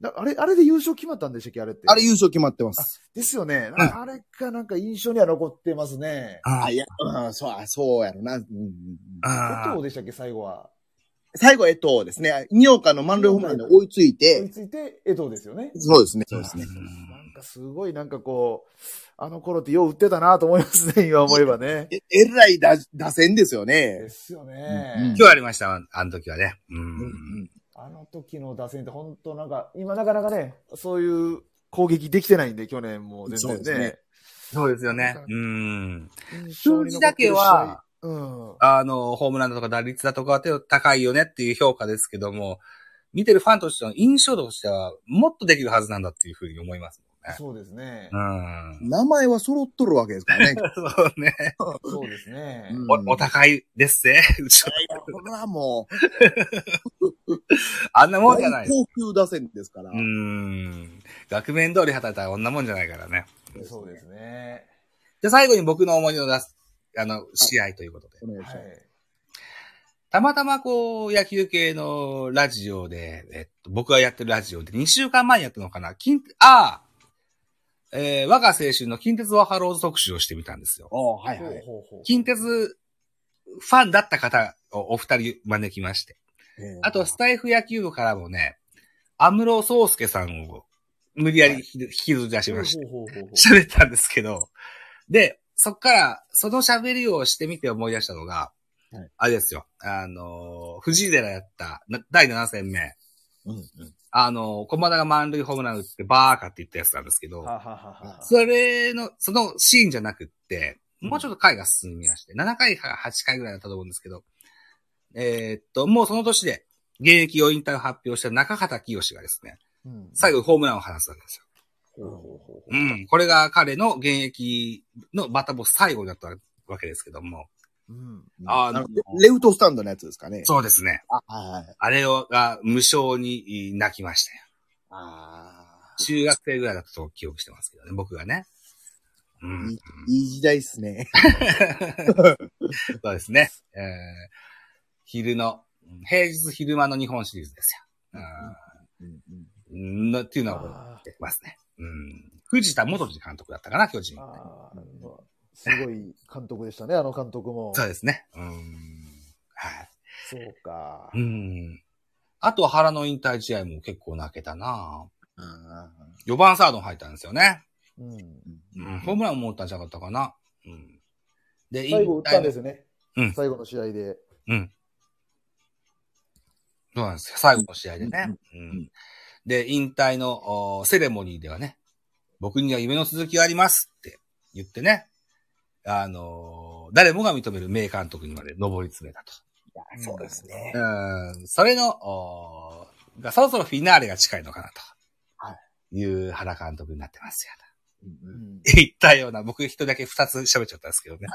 Speaker 3: なあれ、あれで優勝決まったんでしたっけ、あれって。
Speaker 2: あれ優勝決まってます。
Speaker 3: ですよね。なんかあれがなんか印象には残ってますね。
Speaker 1: あ
Speaker 2: あ、いや、うん、そう、あそうやろな。うんうんうん
Speaker 3: 江
Speaker 1: あ
Speaker 3: 藤でしたっけ、最後は。
Speaker 2: 最後、えっとですね、二岡の満塁ホームランで追いつい
Speaker 3: 追い
Speaker 2: て、
Speaker 3: ついて、江藤ですよね。
Speaker 2: そうですね、そうですね。
Speaker 3: なんかすごいなんかこう、あの頃ってよう打ってたなと思いますね、 今思えばね。
Speaker 2: ええらい打打線ですよね
Speaker 3: で。すよ
Speaker 2: うんう
Speaker 3: ね
Speaker 2: ん。
Speaker 1: 今日ありました、あの時はね。う。
Speaker 2: うんうんん
Speaker 3: あの時の打線って本当なんか、今なかなかね、そういう攻撃できてないんで、去年も
Speaker 2: そう
Speaker 3: 全
Speaker 2: です
Speaker 3: 然ね
Speaker 2: ね。
Speaker 1: そうですよね。うん。
Speaker 3: 印象に残ってる試合
Speaker 1: 数字だけは、
Speaker 3: うん。
Speaker 1: あの、ホームランだとか打率だとかは高いよねっていう評価ですけども、見てるファンとしての印象としては、もっとできるはずなんだっていうふうに思います
Speaker 3: そうですね。
Speaker 1: もんね。うん。
Speaker 2: 名前は揃っとるわけです からね。
Speaker 1: そうね。
Speaker 3: そうですね。
Speaker 1: お、お高いですね。うちの
Speaker 2: これはもう、
Speaker 1: あんなもんじゃない。
Speaker 2: 高級打線ですから。
Speaker 1: うん。額面通り働いたらこんなもんじゃないからね。
Speaker 3: そうですね。
Speaker 1: で、最後に僕の思い出の出す、あの、試合ということで。
Speaker 2: お願いし
Speaker 3: は
Speaker 2: ます
Speaker 3: い。
Speaker 1: たまたまこう、野球系のラジオで、えっと、僕がやってるラジオで、2週間前にやったのかな近、ああ、えー、我が青春の近鉄ワハローズ特集をしてみたんですよ。
Speaker 2: おーはいはい。
Speaker 3: ほうほうほう
Speaker 1: 近鉄ファンだった方をお二人招きまして。あと、スタイフ野球部からもね、安室宗介さんを無理やり引き引きずり出しました。
Speaker 3: ほうほうほうほう
Speaker 1: 喋ったんですけど、で、そっから、その喋りをしてみて思い出したのが、
Speaker 2: はい
Speaker 1: あれですよ、あのー、藤井寺やった、な第7戦目、
Speaker 2: うんうん
Speaker 1: あのー、駒田が満塁ホームラン打ってバーカって言ったやつなんですけど
Speaker 3: は、あはあはあ
Speaker 1: それの、そのシーンじゃなくって、もうちょっと回が進みまして、7回から8回ぐらいだったと思うんですけど、えーっと、もうその年で、現役を引退を発表した中畑清がですね、
Speaker 3: うん
Speaker 1: 最後にホームランを放つわけですよ。
Speaker 3: ほうほうほう
Speaker 1: う、
Speaker 3: ほうん
Speaker 1: これが彼の現役のバッターボス最後だったわけですけども。
Speaker 3: うん
Speaker 1: あー
Speaker 2: あの
Speaker 1: でも
Speaker 2: レフトスタンドのやつですかね。
Speaker 1: そうですね。
Speaker 2: あはいはい。
Speaker 1: あれを、が無償に泣きましたよ。
Speaker 2: ああ。
Speaker 1: 中学生ぐらいだったと記憶してますけどね、僕がね。うん、
Speaker 2: いい時代ですね。
Speaker 1: そうですね。えー昼の、平日昼間の日本シリーズですよ。うん、のっていうのは覚 えてますね。うん、藤田元次監督だったかな、巨人。
Speaker 3: あーすごい監督でしたね、あの監督 も。
Speaker 1: そうですね。うん、はい。
Speaker 3: そうか
Speaker 1: う。ん。あとは原の引退試合も結構泣けたな4番サードに入ったんですよね。
Speaker 3: うん
Speaker 1: うん、ホームランも打ったんじゃなかったかな。うん。で、。
Speaker 3: 最後打ったんですすよね
Speaker 1: うん。
Speaker 3: 最後の試合で。
Speaker 1: そうなんですよ。最後の試合でね。うん。
Speaker 2: ん
Speaker 1: で、引退のおーセレモニーではね、僕には夢の続きがありますって言ってね、あのー誰もが認める名監督にまで上り詰めたと。
Speaker 2: そうですね。
Speaker 1: うん。それの、おーがそろそろフィナーレが近いのかなと。。
Speaker 2: はい
Speaker 1: いう原監督になってますよ。
Speaker 3: うん
Speaker 1: 言ったような、僕一人だけ二つ喋っちゃったんですけどね。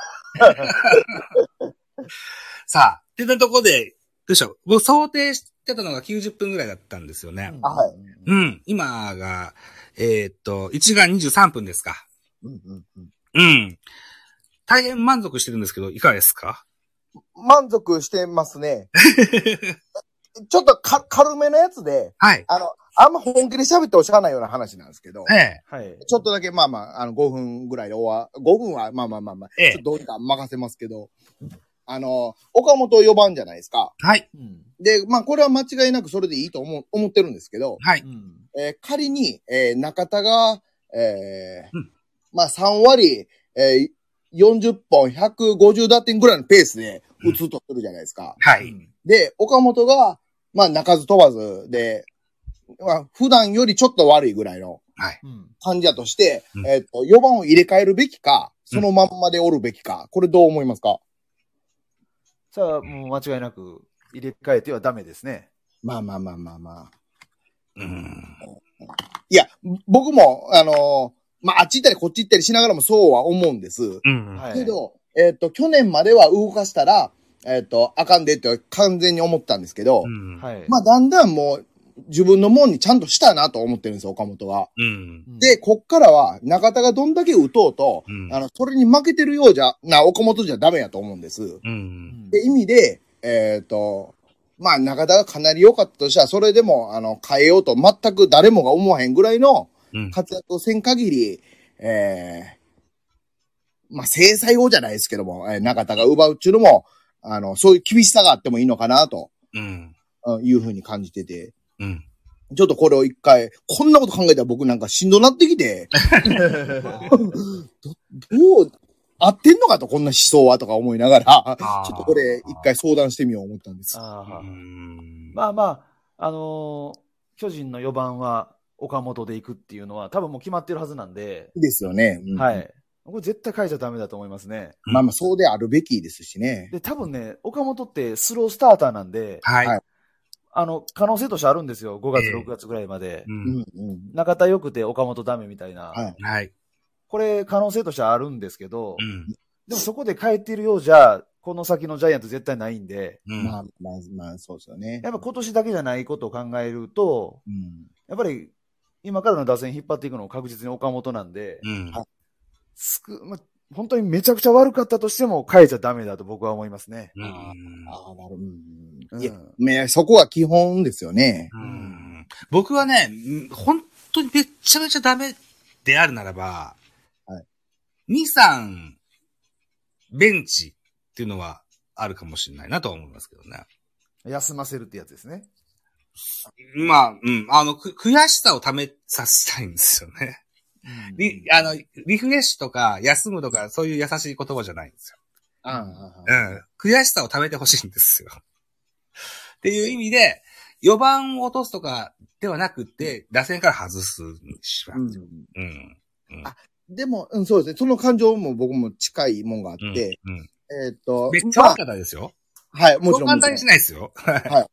Speaker 1: さあ、ってなところで、どうしよう。僕想定してたのが90分ぐらいだったんですよね。
Speaker 2: あはい
Speaker 1: うん。今が、えーっと、1時間23分ですか。
Speaker 2: うんうんうん
Speaker 1: うん。大変満足してるんですけど、いかがですか
Speaker 2: 満足してま すね。ちょっとか軽めのやつで、
Speaker 1: はい。
Speaker 2: あの、あんま本気で喋っておしゃあないような話なんですけど、
Speaker 1: ええ。
Speaker 3: はい。
Speaker 2: ちょっとだけまあまあ、あの、5分ぐらいで終わ、5分はまあまあまあまあ、
Speaker 1: ええ
Speaker 2: ちょっとどうにか任せますけど、あの、岡本4番じゃないですか。
Speaker 1: はい。
Speaker 3: うん
Speaker 2: で、まあこれは間違いなくそれでいいと思う、思ってるんですけど、
Speaker 1: はい。
Speaker 2: えー仮に、えー中田が、えー
Speaker 1: うん
Speaker 2: まあ3割、えー40本150打点ぐらいのペースで打つとするじゃないですか。
Speaker 1: は
Speaker 3: う
Speaker 1: い。
Speaker 3: ん
Speaker 2: で、岡本が、まあ、鳴かず飛ばずで、まあ、普段よりちょっと悪いぐらいの
Speaker 3: うん
Speaker 2: 感じだとして、
Speaker 1: うん
Speaker 2: えっと、4番を入れ替えるべきか、そのまんまでおるべきか、これどう思いますか
Speaker 3: さあ、もう間違いなく入れ替えてはダメですね。
Speaker 2: まあまあまあまあまあ。
Speaker 1: うん。
Speaker 2: いや、僕も、あのーまあ、あっち行ったりこっち行ったりしながらもそうは思うんです。
Speaker 1: うん。
Speaker 3: はい
Speaker 2: けど、えっと、去年までは動かしたら、えっ、と、あかんでって完全に思ったんですけど、
Speaker 1: うん。
Speaker 3: はい。
Speaker 2: まあ、だんだんもう、自分のもんにちゃんとしたなと思ってるんですよ、岡本は。
Speaker 1: うん。
Speaker 3: うん、
Speaker 2: で、こっからは、中田がどんだけ打とうと、
Speaker 1: うん
Speaker 2: あの、それに負けてるようじゃ、な、岡本じゃダメやと思うんです。
Speaker 1: う。
Speaker 3: うんん
Speaker 2: で、意味で、えっ、と、まあ、中田がかなり良かったとしたら、それでも、あの、変えようと全く誰もが思わへんぐらいの
Speaker 1: うん。
Speaker 2: 活躍をせん限り、えーまあ、制裁後じゃないですけども、えー中田が奪うっていうのも、あの、そういう厳しさがあってもいいのかな、と
Speaker 1: うん。
Speaker 2: うんいうふうに感じてて、
Speaker 1: うん。
Speaker 2: ちょっとこれを一回、こんなこと考えたら僕なんかしんどなってきて、どう、合ってんのかと、こんな思想は、とか思いながら、
Speaker 1: あー
Speaker 2: ちょっとこれ一回相談してみよう思ったんです。
Speaker 3: あー
Speaker 1: うん
Speaker 3: まあまあ、あのー巨人の4番は岡本で行くっていうのは、多分もう決まってるはずなんで、
Speaker 2: ですよね。うん
Speaker 3: はい。これ絶対変えちゃダメだと思いますね。
Speaker 2: まあまあ、そうであるべきですしね。
Speaker 3: で、多分ね、岡本ってスロースターターなんで、
Speaker 1: はい。
Speaker 2: はい
Speaker 3: あの、可能性としてあるんですよ。5月、
Speaker 1: ええ
Speaker 3: 6月ぐらいまで。
Speaker 1: う
Speaker 2: うん
Speaker 1: ん。
Speaker 2: うん。
Speaker 3: 中田良くて岡本ダメみたいな。
Speaker 2: はい
Speaker 1: はい。
Speaker 3: これ可能性としてはあるんですけど、
Speaker 1: うん。
Speaker 3: でもそこで変えてるようじゃ、この先のジャイアント絶対ないんで、
Speaker 1: うん。
Speaker 2: まあまあ、まあ、そうですよね
Speaker 3: や。っぱ今年だけじゃないことを考えると、
Speaker 2: うん。
Speaker 3: やっぱり今からの打線引っ張っていくのも確実に岡本なんで、
Speaker 1: うん。
Speaker 3: すくま、本当にめちゃくちゃ悪かったとしても変えちゃダメだと僕は思いますね。
Speaker 1: うん
Speaker 2: ああ、なるほど。
Speaker 3: うん
Speaker 2: いや、ねそこは基本ですよね。
Speaker 1: うん僕はね、ん本当にめっちゃめちゃダメであるならば、
Speaker 2: はい
Speaker 1: 2、3、ベンチっていうのはあるかもしれないなとは思いますけどね。
Speaker 3: 休ませるってやつですね。
Speaker 1: まあ、うん、あの、く悔しさをためさせたいんですよね。リあの、リフレッシュとか、休むとか、そういう優しい言葉じゃないんですよ。
Speaker 2: あ
Speaker 1: う
Speaker 2: あ、
Speaker 1: ん。悔しさをためてほしいんですよ。っていう意味で、4番を落とすとかではなくて、打線から外すにしま
Speaker 2: う
Speaker 1: うんん。うん。
Speaker 2: でも、うん、そうですね。その感情も僕も近いもんがあっ
Speaker 1: うん
Speaker 2: て、
Speaker 1: うん
Speaker 2: えーっと、
Speaker 1: めっちゃ悪かったですよ。
Speaker 2: まあはい、も
Speaker 1: も
Speaker 2: ち
Speaker 1: ち
Speaker 2: ろ
Speaker 1: ろ
Speaker 2: ん。
Speaker 1: ん。簡単にし
Speaker 2: も
Speaker 1: ないですよ。
Speaker 2: ちろんはい。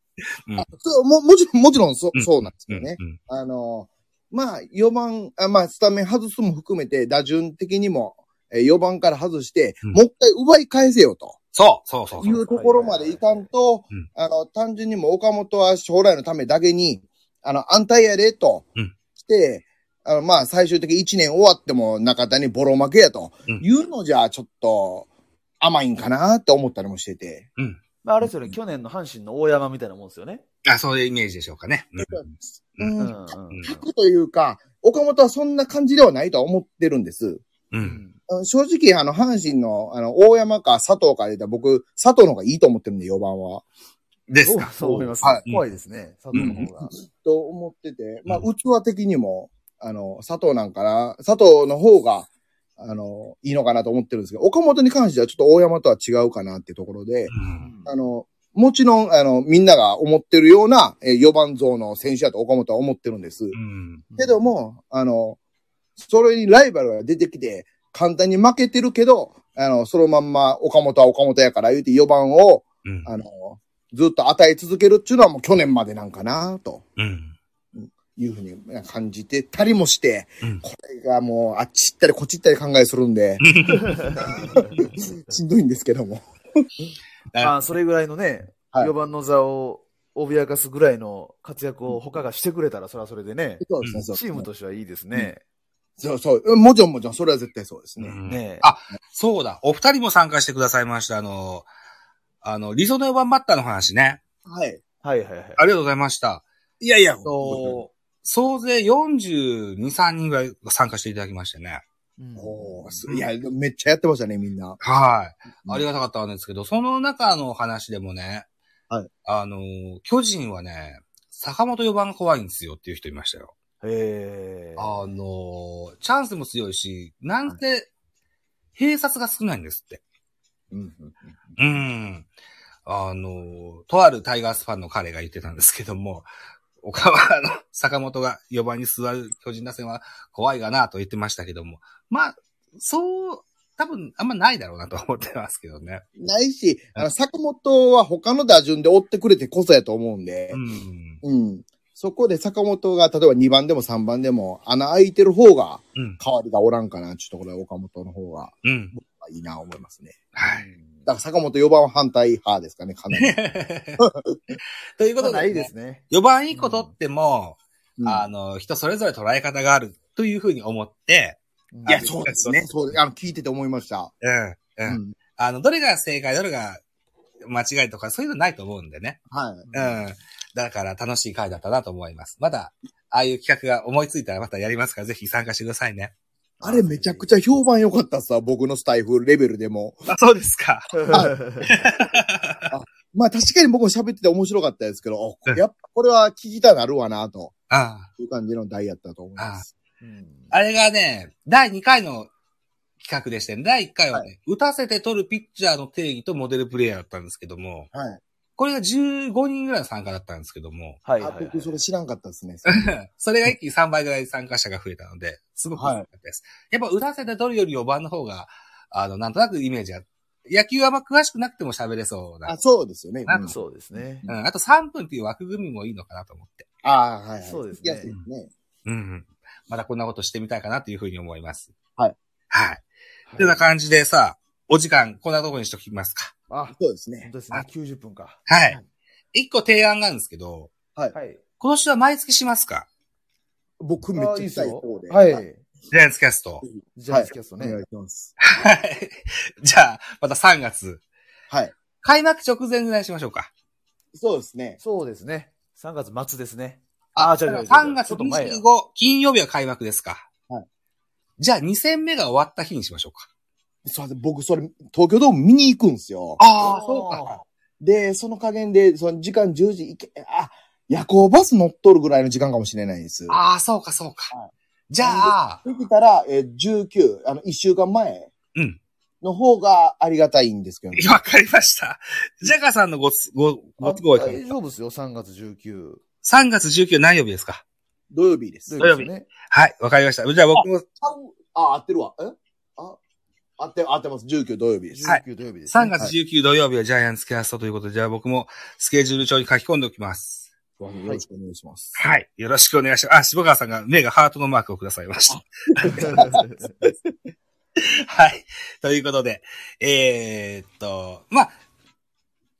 Speaker 1: うん
Speaker 2: あそうももちろん、もちろん、そうう、
Speaker 1: ん
Speaker 2: そうなんです
Speaker 1: う
Speaker 2: よ
Speaker 1: ん
Speaker 2: ね。
Speaker 1: うん
Speaker 2: あの、まあ、4番あ、まあ、スタメン外すも含めて、打順的にも、え4番から外して、
Speaker 1: うん
Speaker 2: もう一回奪い返せよと
Speaker 1: そう、そうそう
Speaker 2: い
Speaker 1: そう。
Speaker 2: うところまでいかんと
Speaker 1: うん、
Speaker 2: あの、単純にもう岡本は将来のためだけに、あの、安泰やでと
Speaker 1: うん、
Speaker 2: して、あの、まあ、最終的に1年終わっても中田にボロ負けやと
Speaker 1: うん
Speaker 2: いうのじゃ、ちょっと甘いんかなって思ったりもしてて。
Speaker 3: まあ、あれですよね、去年の阪神の大山みたいなもんですよね。
Speaker 1: あ、そういうイメージでしょうかね。うん
Speaker 2: う
Speaker 3: うんん、
Speaker 2: う
Speaker 3: う
Speaker 2: ん
Speaker 3: ん、
Speaker 2: 100というか、岡本はそんな感じではないとは思ってるんです。
Speaker 1: う。
Speaker 3: うんん。
Speaker 2: うん正直、あの、阪神の、あの、大山か佐藤かで言ったら僕、佐藤の方がいいと思ってるんで、4番は。
Speaker 1: です
Speaker 3: そう
Speaker 1: か。
Speaker 3: そう思います、
Speaker 2: は
Speaker 3: 怖いですね、佐藤の方が。
Speaker 2: と思ってて、まあ、
Speaker 1: う
Speaker 2: 器的にも、あの、佐藤なんかな、佐藤の方が、あの、いいのかなと思ってるんですけど、岡本に関してはちょっと大山とは違うかなっていうところで
Speaker 1: う、ん
Speaker 2: あの、もちろん、あの、みんなが思ってるような、え4番像の選手だと岡本は思ってるんです。
Speaker 1: うん。
Speaker 2: けど、も、あの、それにライバルが出てきて、簡単に負けてるけど、あの、そのまんま岡本は岡本やから言うて4番を、
Speaker 1: うん。
Speaker 2: あの、ずっと与え続けるっていうのはもう去年までなんかなと
Speaker 1: うん。
Speaker 2: いうふうに感じてたりもして、
Speaker 1: うん
Speaker 2: これがもうあっち行ったりこっち行ったり考えするんで、しんどいんですけども。
Speaker 3: まあ、それぐらいのね、
Speaker 2: はい
Speaker 3: 4番の座を脅かすぐらいの活躍を他がしてくれたら、それはそれでね、
Speaker 2: そうですね、そうです
Speaker 3: チ
Speaker 2: ね
Speaker 3: ームとしてはいいですね。
Speaker 2: そうそう。もちろんもちろん、それは絶対そうです
Speaker 1: う
Speaker 2: ね。
Speaker 1: ん
Speaker 3: ねえ
Speaker 1: あ、そうだ。お二人も参加してくださいました。あの、あの、理想の4番バッターの話ね。
Speaker 2: はい。
Speaker 3: はいはいはい。
Speaker 1: ありがとうございました。
Speaker 2: いやいや、
Speaker 1: と総勢42、3人ぐらい参加していただきましてね。
Speaker 3: うん
Speaker 2: おーすいや、めっちゃやってましたね、みんな。
Speaker 1: はい。
Speaker 2: うん
Speaker 1: ありがたかったんですけど、その中の話でもね、
Speaker 2: はい。
Speaker 1: あのー、巨人はね、坂本4番が怖いんですよっていう人いましたよ。
Speaker 3: へえ。
Speaker 1: あのー、チャンスも強いし、なんて、併殺が少ないんですって。
Speaker 2: うん。
Speaker 1: うん。あのー、とあるタイガースファンの彼が言ってたんですけども、岡川の坂本が4番に座る巨人打線は怖いかなと言ってましたけども、まあ、そう、多分あんまないだろうなと思ってますけどね。
Speaker 2: ないし、あの、坂本は他の打順で追ってくれてこそやと思うんで
Speaker 1: う、ん。
Speaker 2: うん。そこで坂本が、例えば2番でも3番でも、穴開いてる方が、
Speaker 1: うん。
Speaker 2: 代わりがおらんかな、ちょっとこれ岡本の方が
Speaker 1: うん。
Speaker 2: いいな、思いますね。
Speaker 1: はい。
Speaker 2: だから坂本4番は反対派ですかね、かなり。
Speaker 1: というこ
Speaker 3: こと
Speaker 1: と
Speaker 3: な
Speaker 1: で、
Speaker 3: いで
Speaker 1: ね、
Speaker 3: すね。
Speaker 1: 4番以降取っても、
Speaker 2: うん
Speaker 1: あの、人それぞれ捉え方があるというふうに思って、
Speaker 3: い
Speaker 2: いや、そうですね。そうですあの、聞いてて思いました。
Speaker 1: うん、う。
Speaker 2: うんん。
Speaker 1: あの、どれが正解、どれが間違いとか、そういうのないと思うんでね。
Speaker 2: はい。
Speaker 1: うん。だから楽しい回だったなと思います。まだ、ああいう企画が思いついたらまたやりますから、ぜひ参加してくださいね。
Speaker 2: あれめちゃくちゃ評判良かったっすわ、僕のスタイフレベルでも。
Speaker 1: あ、そうですか。
Speaker 2: まあ確かに僕も喋ってて面白かったですけど、
Speaker 1: う
Speaker 2: あ
Speaker 1: ん
Speaker 2: やっぱこれは聞きたなるわな、と
Speaker 1: あ
Speaker 2: いう感じの題やったと思います。
Speaker 3: うん
Speaker 1: あ。あれがね、第2回の企画でして、第1回はね、打たせて取るピッチャーの定義とモデルプレイヤーだったんですけども、
Speaker 2: はい。
Speaker 1: これが15人ぐらいの参加だったんですけども、
Speaker 3: はいはい
Speaker 2: あ
Speaker 3: は、い。
Speaker 2: 僕それ知らんかったですね。
Speaker 1: それが一気に3倍ぐらい参加者が増えたので、すごく良かったです。やっぱ打たせて取るより4番の方が、あの、なんとなくイメージが、野球はあんま詳しくなくても喋れそうな
Speaker 2: あ、。そうですよね。
Speaker 1: あ
Speaker 2: うん
Speaker 3: そうですね。
Speaker 1: うん、あと3分っていう枠組みもいいのかなと思って。
Speaker 2: あーはいはい。
Speaker 3: そうですね
Speaker 2: 聞きやいですね。
Speaker 1: うん。またこんなことしてみたいかなというふうに思います。
Speaker 2: はい。
Speaker 1: はい。ってな感じでさ、お時間、こんなとこにしときますか。
Speaker 3: あ、
Speaker 2: そうです
Speaker 3: 本
Speaker 2: ね。
Speaker 3: 当ですね。90分か。
Speaker 1: はい。一個提案なんですけど、
Speaker 3: はい。
Speaker 1: 今年は毎月しますか
Speaker 2: 僕めっちゃ痛い方で。
Speaker 3: は。
Speaker 2: はい
Speaker 1: ジャイアンツキャスト。
Speaker 3: ジャイアンツキャスト
Speaker 2: お
Speaker 3: ね。
Speaker 2: 願いします。
Speaker 1: はい。 じゃあ、また3月。
Speaker 2: はい。
Speaker 1: 開幕直前ぐらいにしましょうか。
Speaker 2: そうですね。
Speaker 3: そうですね。3月末ですね。
Speaker 1: あ
Speaker 3: あ、違う違う違う。
Speaker 1: 3月
Speaker 3: ちょっと前や
Speaker 1: 25、金曜日は開幕ですか。
Speaker 2: はい。
Speaker 1: じゃあ、2戦目が終わった日にしましょうか。
Speaker 2: すいません、僕それ、東京ドーム見に行くんですよ。
Speaker 1: あ
Speaker 3: ー
Speaker 2: で、その加減で、その時間10時行け、あ、夜行バス乗っとるぐらいの時間かもしれないです。
Speaker 1: ああ、そうか、そうか
Speaker 2: は。
Speaker 1: じゃあ、
Speaker 2: できたら、えー、19、あの、1週間前
Speaker 1: うん
Speaker 2: の方がありがたいんですけどね、
Speaker 1: わかりました。ジャガさんのごつ、ご、ご都合いかが
Speaker 3: 大丈夫ですよ、3月19。
Speaker 1: 3月19何曜日ですか
Speaker 2: 土曜日です。
Speaker 1: 土曜日
Speaker 3: ね。
Speaker 1: はい、わかりました。じゃあ僕も
Speaker 2: あ、合ってるわ。えあ、合って、合ってます。19土曜日です。
Speaker 1: はい
Speaker 3: 19土曜日ですね。
Speaker 1: 3月19土曜日はジャイアンツキャストということで、じゃあ僕もスケジュール帳に書き込んでおきます。
Speaker 2: よ ろしくお願いします。
Speaker 1: はい。よろしくお願いします。あ、下川さんが目がハートのマークをくださいました。はい。ということで、えー、っと、まあ、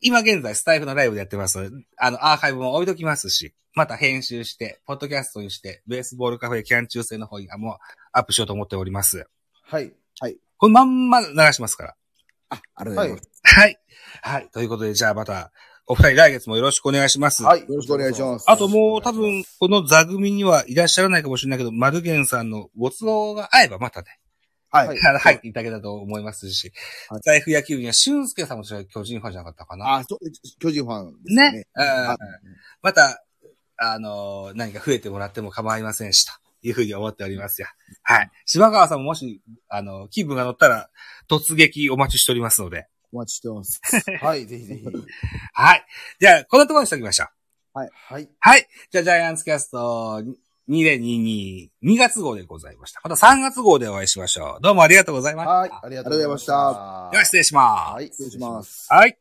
Speaker 1: 今現在スタイフのライブでやってますので、あの、アーカイブも置いときますし、また編集して、ポッドキャストにして、ベースボールカフェキャン中世の方にあもうアップしようと思っております。
Speaker 3: はい。
Speaker 1: これまんま流しますから。
Speaker 2: あ、ありがと
Speaker 3: はい。
Speaker 2: うご
Speaker 3: は
Speaker 2: ざい
Speaker 1: はい。はい。ということで、じゃあまた、お二人来月もよろしくお願いします。
Speaker 3: い。はい。
Speaker 2: よろしくお願いします
Speaker 1: あともう多分、この座組にはいらっしゃらないかもしれないけど、マルゲンさんのご都合が合えばまたね、
Speaker 2: ます。
Speaker 3: は
Speaker 2: はいい。
Speaker 1: あの入っていただけたと思いますし、
Speaker 2: はい
Speaker 1: 財布野球部には俊介さんも巨人ファンじゃなかったかな。
Speaker 2: あ、そう、巨人ファンです
Speaker 1: ね
Speaker 2: ね。
Speaker 1: うん
Speaker 2: あ
Speaker 1: また、あのー何か増えてもらっても構いませんし、というふうに思っておりますよ。はい。柴川さんももし、あの、気分が乗ったら、突撃お待ちしておりますので。
Speaker 2: お待ちしてます。
Speaker 3: はい、ぜひぜひ。
Speaker 1: はい。じゃあ、こんなところにしておきましょう。
Speaker 3: はい。
Speaker 1: はい。じゃあ、ジャイアンツキャスト2022、2月号でございました。また3月号でお会いしましょう。どうもありがとうございまし
Speaker 3: はい。ありがとうございまし
Speaker 2: ありがとう
Speaker 3: た。
Speaker 1: た。では、失礼します。
Speaker 3: はい。。
Speaker 2: 失礼します
Speaker 1: はい。